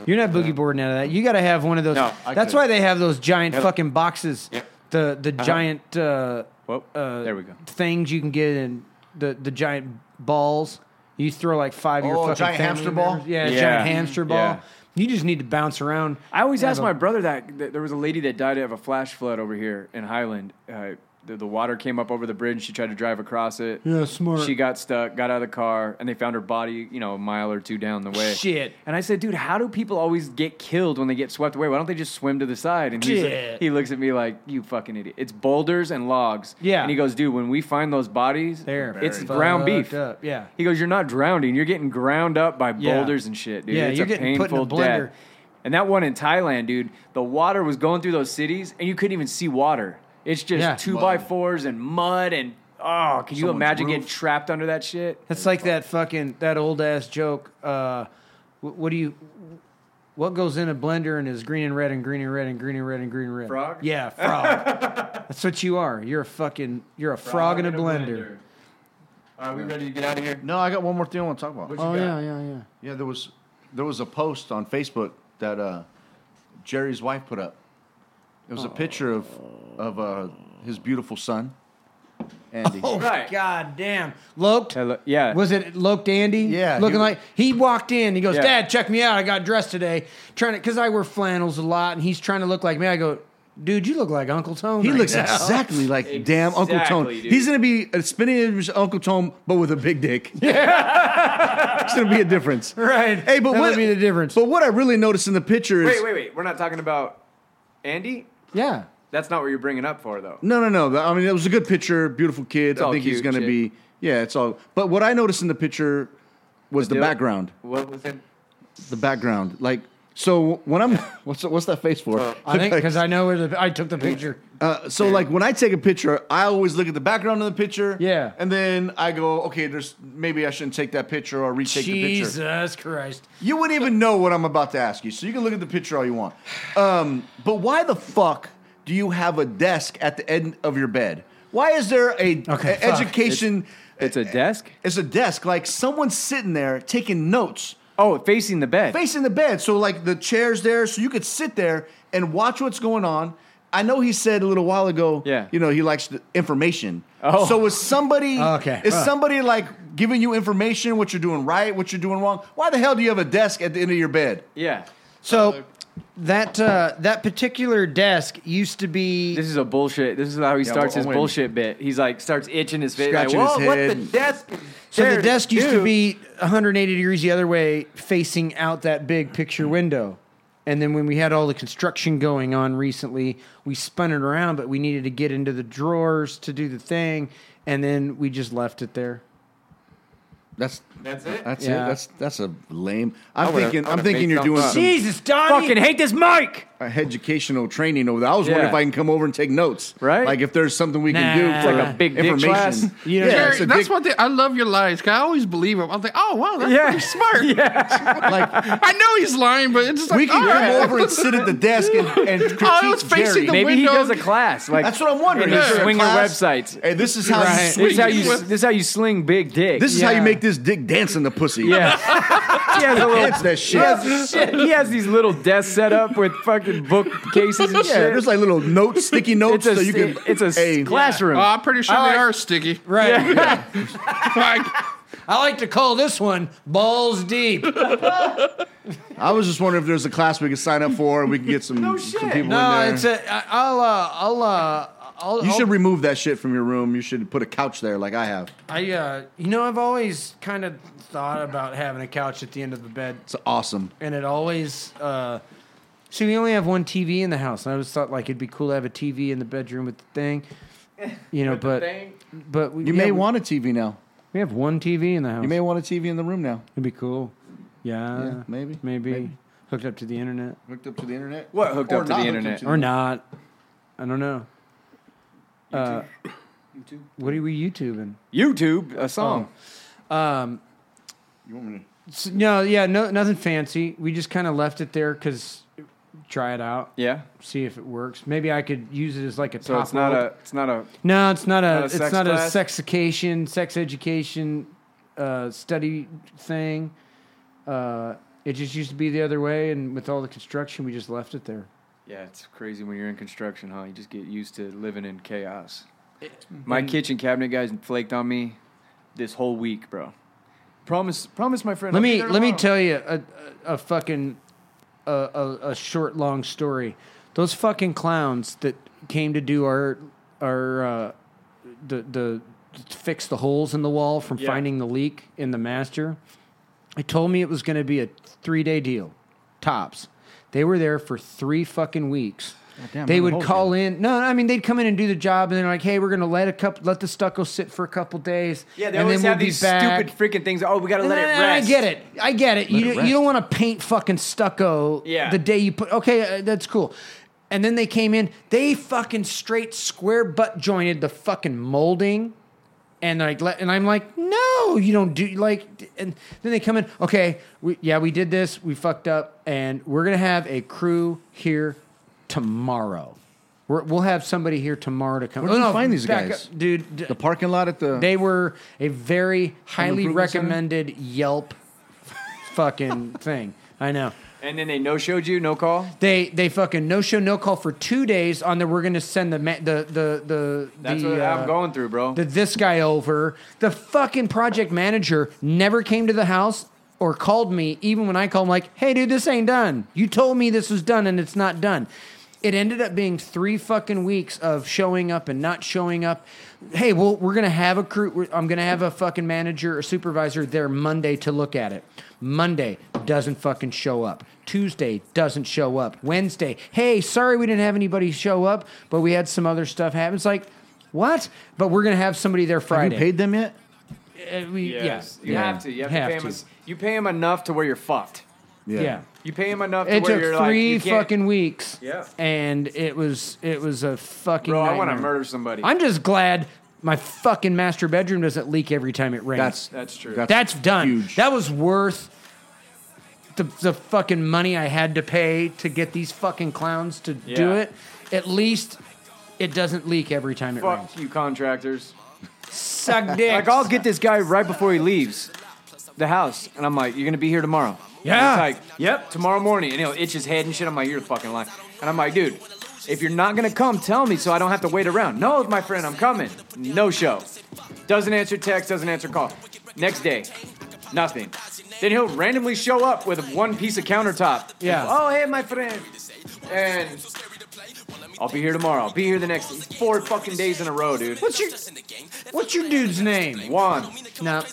B: You're not boogie boarding out of that. You got to have one of those.
A: No, I
B: that's
A: couldn't.
B: why they have those giant
A: Yep.
B: fucking boxes.
A: Yep.
B: The the giant. Uh,
A: Whoa,
B: uh,
A: there we go.
B: Things you can get in the the giant balls. You throw like five. of your
C: Oh,
B: fucking
C: giant
B: family
C: hamster ball?
B: members. Yeah,
A: Yeah.
B: giant hamster ball.
A: Yeah.
B: You just need to bounce around.
A: I always
B: Have
A: ask
B: a-
A: my brother that, that there was a lady that died of a flash flood over here in Highland. Uh, the, the water came up over the bridge. She tried to drive across it.
B: Yeah, smart.
A: She got stuck, got out of the car, and they found her body, you know, a mile or two down the way.
B: Shit.
A: And I said, dude, how do people always get killed when they get swept away? Why don't they just swim to the side? And he's
B: Shit.
A: like, he looks at me like, you fucking idiot. It's boulders and logs.
B: Yeah.
A: And he goes, dude, when we find those bodies,
B: They're
A: it's
B: fucked
A: ground beef.
B: up. Yeah.
A: He goes, you're not drowning. You're getting ground up by
B: Yeah.
A: boulders and shit, dude.
B: Yeah,
A: it's
B: you're
A: a
B: getting put in a
A: painful
B: blender.
A: death. And that one in Thailand, dude, the water was going through those cities, and you couldn't even see water. It's just
B: Yeah.
A: two
C: Mud.
A: by fours and mud and oh, can you
C: Someone's
A: imagine getting
C: roof.
A: trapped under that shit?
B: That's like that fucking that old ass joke. Uh, wh- what do you? What goes in a blender and is green and red and green and red and green and red and green and red?
A: Frog?
B: Yeah, frog. That's what you are. You're a fucking. You're a frog, in a blender.
A: All right, we ready to get out of here?
C: No, I got one more thing I want to talk about.
D: What you got?
B: Oh, yeah, yeah.
C: Yeah, there was there was a post on Facebook that uh, Jerry's wife put up. It was a picture of of uh, his beautiful son, Andy.
B: Oh,
A: Right.
B: God damn. Loked.
A: Hello. Yeah.
B: Was it Loked Andy?
C: Yeah,
B: Looking
C: he-
B: like he walked in. He goes,
A: Yeah.
B: Dad, check me out. I got dressed today. Trying to, because I wear flannels a lot, and he's trying to look like me. I go, Dude, you look like Uncle Tone.
C: He
B: right
C: looks
B: now."
C: exactly like damn Uncle Tone.
A: Exactly, dude.
C: He's gonna be a spinning image of Uncle Tone, but with a big dick. Yeah, it's gonna be a difference.
B: Right.
C: Hey, but
B: that
C: what
B: would be the difference.
C: But what I really noticed in the picture is
A: wait, wait, wait. We're not talking about Andy.
B: yeah.
A: That's not what you're bringing up for, though.
C: No, no, no. But, I mean, it was a good picture, beautiful kid. I
A: all
C: think he's
A: cute
C: going to
A: shit.
C: be. Yeah, it's all. But what I noticed in the picture was the,
A: Dil-
C: background.
A: What was it?
C: The background, like. So when I'm, what's what's that face for?
B: Uh, I think because I know where the, I took the picture.
C: Uh, so like when I take a picture, I always look at the background of the picture.
B: Yeah.
C: and then I go, okay, there's maybe I shouldn't take that picture or retake the picture.
B: Jesus Christ!
C: You wouldn't even know what I'm about to ask you, so you can look at the picture all you want. Um, but why the fuck do you have a desk at the end of your bed? Why is there a,
B: Okay,
C: a
B: fuck.
C: education?
A: It's a desk.
C: It's a desk, like someone's sitting there taking notes,
A: Oh, facing the bed.
C: facing the bed. So like the chair's there, so you could sit there and watch what's going on. I know he said a little while ago,
A: Yeah.
C: you know, he likes the information.
A: Oh.
C: So is somebody
B: Okay.
C: is
B: Huh.
C: somebody like giving you information, what you're doing right, what you're doing wrong? Why the hell do you have a desk at the end of your bed?
A: yeah.
B: So that uh, that particular desk used to be
A: This is a bullshit. This is how he starts
C: well,
A: his
C: wait.
A: bullshit bit. He's like starts itching his face. Like,
C: Scratching his
A: Whoa, what the
C: head.
A: desk? is
B: so
A: there
B: the desk used to
A: do?"
B: be 180 degrees the other way, facing out that big picture window. And then when we had all the construction going on recently, we spun it around, but we needed to get into the drawers to do the thing, and then we just left it there.
C: That's
A: That's it.
C: that's
B: Yeah.
C: it. That's that's a lame. I'm
A: would've-
C: thinking
A: I
C: I'm
A: would've
C: thinking
A: made
C: you're doing
A: something
C: some
B: Jesus, Donnie!
A: Fucking hate this mic.
C: educational training over there. I was wondering
A: Yeah.
C: if I can come over and take notes.
A: Right.
C: Like if there's something we can
B: Nah.
C: do
B: It's
C: for
A: like a big dick
C: information.
A: class.
B: You know,
C: yeah,
E: Jerry,
C: it's a
E: that's
C: dick-
E: what they, I love your lies. 'cause I always believe him. I was like, oh wow, that's
A: Yeah.
E: pretty smart.
C: like
E: I know he's lying, but it's just like
C: we can
E: all
C: come
E: right.
C: over and sit at the desk and, and critique
E: was facing
C: Jerry.
E: the
A: Maybe he
E: window.
A: does a class. Like
C: That's what I'm wondering.
A: And
E: Yeah.
C: Is there a
A: swinger
C: class?
A: websites.
C: Hey, this is how
B: Right.
C: you
A: This is
C: swing.
A: how you. This is how you sling big dick.
C: This is how you
B: Yeah.
C: make this dick dance in the pussy.
A: Yeah. he has a
C: Dance
A: little.
C: that
A: He
C: shit.
A: has, he has these little desks set up with fucking bookcases and shit.
C: Yeah, there's like little notes, sticky notes,
A: it's a,
C: so you can.
A: it's a
C: hey,
A: classroom.
E: Oh, I'm pretty sure
B: I
E: they
B: like-
E: are sticky.
B: Right.
E: Like,
B: I like to call this one balls deep.
C: I was just wondering if there's a class we could sign up for and we can get some,
A: shit.
C: some people in
B: No,
C: there.
B: it's a. I- I'll. Uh, I'll. Uh, I'll.
C: you
B: I'll,
C: should remove that shit from your room. You should put a couch there, like I have.
B: I. Uh, you know, I've always kind of thought about having a couch at the end of the bed,
C: It's awesome.
B: and it always. Uh, see, we only have one TV in the house, and I always thought like it'd be cool to have a TV in the bedroom with the thing. You know, but but we,
C: You
B: yeah,
C: may
B: we-
C: want a TV now.
B: we have one TV in the house.
C: You may want a TV in the room now.
B: It'd be cool. Yeah,
C: Yeah, maybe,
B: maybe
C: maybe.
B: hooked up to the internet
C: Hooked up to the internet.
A: What, hooked
C: Or
A: up to
C: not
A: the
C: hooked up
A: internet?
C: to the-
B: or not. I don't know. Uh, What are we YouTubing?
A: YouTube, a
C: Oh.
A: song.
B: Um,
C: You want me to-
B: So, no, yeah, no, nothing fancy. We just kind of left it there because try it out,
A: Yeah.
B: see if it works. Maybe I could use it as like a.
A: So
B: top
A: it's not
B: rope.
A: a. It's not a.
B: No, it's not a.
A: not a
B: it's
A: sex
B: not a
A: class?
B: sexication, sex education, uh, study thing. Uh, It just used to be the other way, and with all the construction, we just left it there.
A: Yeah, it's crazy when you're in construction, huh? You just get used to living in chaos. my kitchen cabinet guys flaked on me this whole week, bro. Promise, promise, my friend.
B: Let
A: I'll be
B: me
A: there
B: let me
A: tomorrow.
B: tell you a a, a fucking a, a, a short long story. Those fucking clowns that came to do our our uh, the the to fix the holes in the wall from
A: Yeah.
B: finding the leak in the master. They told me it was going to be a three day deal, tops. They were there for three fucking weeks.
C: damn,
B: they
C: I'm
B: would
C: holding
B: call in. No, I mean they'd come in and do the job, and they're like, "Hey, we're gonna let a couple, let the stucco sit for a couple days,
A: Yeah, they
B: and
A: always
B: then we'll
A: have
B: be
A: these
B: back."
A: stupid freaking things. Oh, we gotta let it
B: And I-
A: rest.
B: I get it. I get it. you,
C: it
B: you
C: rest.
B: don't want to paint fucking stucco
A: Yeah.
B: the day you put. Okay, uh, that's cool. And then they came in. They fucking straight square butt jointed the fucking molding. And like, let- and I'm like, no, you don't do like. And then they come in. Okay, we, yeah, we did this. We fucked up, and we're gonna have a crew here tomorrow. We're, we'll have somebody here tomorrow to come.
C: Where do
B: Oh,
C: you
B: no,
C: find these
B: back
C: guys?
B: up, dude? d-
C: The parking lot at the.
B: they were a very highly
C: improvement center?
B: recommended Yelp fucking thing. I know.
A: And then they no showed you, no call.
B: They they fucking no show no call for two days on the we're gonna send the ma- the the the
A: That's
B: the,
A: what
B: uh,
A: I'm going through, bro.
B: the this guy over the fucking project manager never came to the house or called me even when I called him like hey dude this ain't done you told me this was done and it's not done it ended up being three fucking weeks of showing up and not showing up hey well we're gonna have a crew we're- I'm gonna have a fucking manager or supervisor there Monday to look at it Monday doesn't fucking show up Tuesday doesn't show up Wednesday hey sorry we didn't have anybody show up but we had some other stuff happen it's like what? But we're gonna have somebody there
C: have
B: Friday.
C: you paid them yet?
B: Uh, we-
A: Yes,
B: yeah,
A: you
B: yeah.
A: have to. You have, to pay
B: to.
A: him. You pay him enough to where you're fucked.
B: Yeah.
A: You pay him enough. To
B: It
A: where
B: took
A: you're like,
B: three
A: you can't-
B: fucking weeks.
A: Yeah.
B: And it was it was a fucking.
A: Bro, I want to
B: nightmare.
A: murder somebody.
B: I'm just glad my fucking master bedroom doesn't leak every time it rains.
C: That's
A: That's true.
B: That's done.
C: huge.
B: That was worth the, the fucking money I had to pay to get these fucking clowns to do
A: Yeah.
B: it. At least it doesn't leak every time it rains.
A: Fuck you, contractors.
B: Suck dick.
A: Like, I'll get this guy right before he leaves the house, and I'm like, "You're gonna be here tomorrow."
B: Yeah.
A: And he's like, "Yep, tomorrow morning." And he'll itch his head and shit. I'm like, "You're fucking lying." And I'm like, "Dude, if you're not gonna come, tell me so I don't have to wait around." No, my friend, I'm coming. No show. Doesn't answer text. Doesn't answer call. Next day, nothing. Then he'll randomly show up with one piece of countertop.
B: Yeah.
A: Oh, hey, my friend. And I'll be here tomorrow. I'll be here the next four fucking days in a row, dude.
B: What's your What's your dude's name?
A: One.
B: No.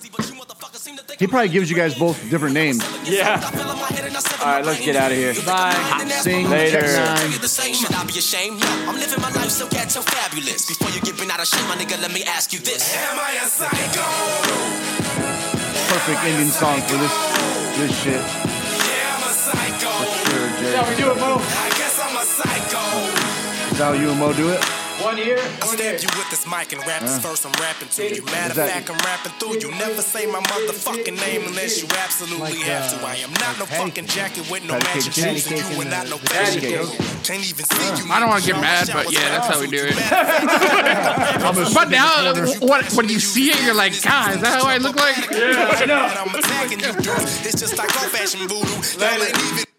C: He probably gives you guys both different names.
A: Yeah. All right, let's get out of here.
B: Bye.
C: Sing
A: Later.
C: Nine.
G: the same. Should I be ashamed? No, I'm living my life so ghetto fabulous. Before you get me out of shape, my nigga, let me ask you this. Am I a psycho?
C: Perfect Indian song for this this shit.
G: Yeah, I'm a psycho.
C: Sure, Jay.
A: Yeah, we do it, Mo.
G: I guess I'm a psycho.
C: Is that how you and Mo do it?
A: One year.
G: I
A: One year.
G: stab you with this mic and rap this verse I'm rapping to you. Matter of
C: that-
G: fact, I'm rapping through you. Never say my motherfucking name unless you absolutely have to. I am not no fucking jacket with no
C: patty cake
G: matching
C: cake.
G: shoes, and you and not no
A: Patty
G: fashion.
A: cake.
G: Can't even see you.
E: I don't wanna get mad, but yeah, that's how we do it. But now, uh, what, when you see it, you're like, God, is that how I look like?
G: But I'm attacking you, dude. It's just like old fashioned voodoo. Y'all ain't even.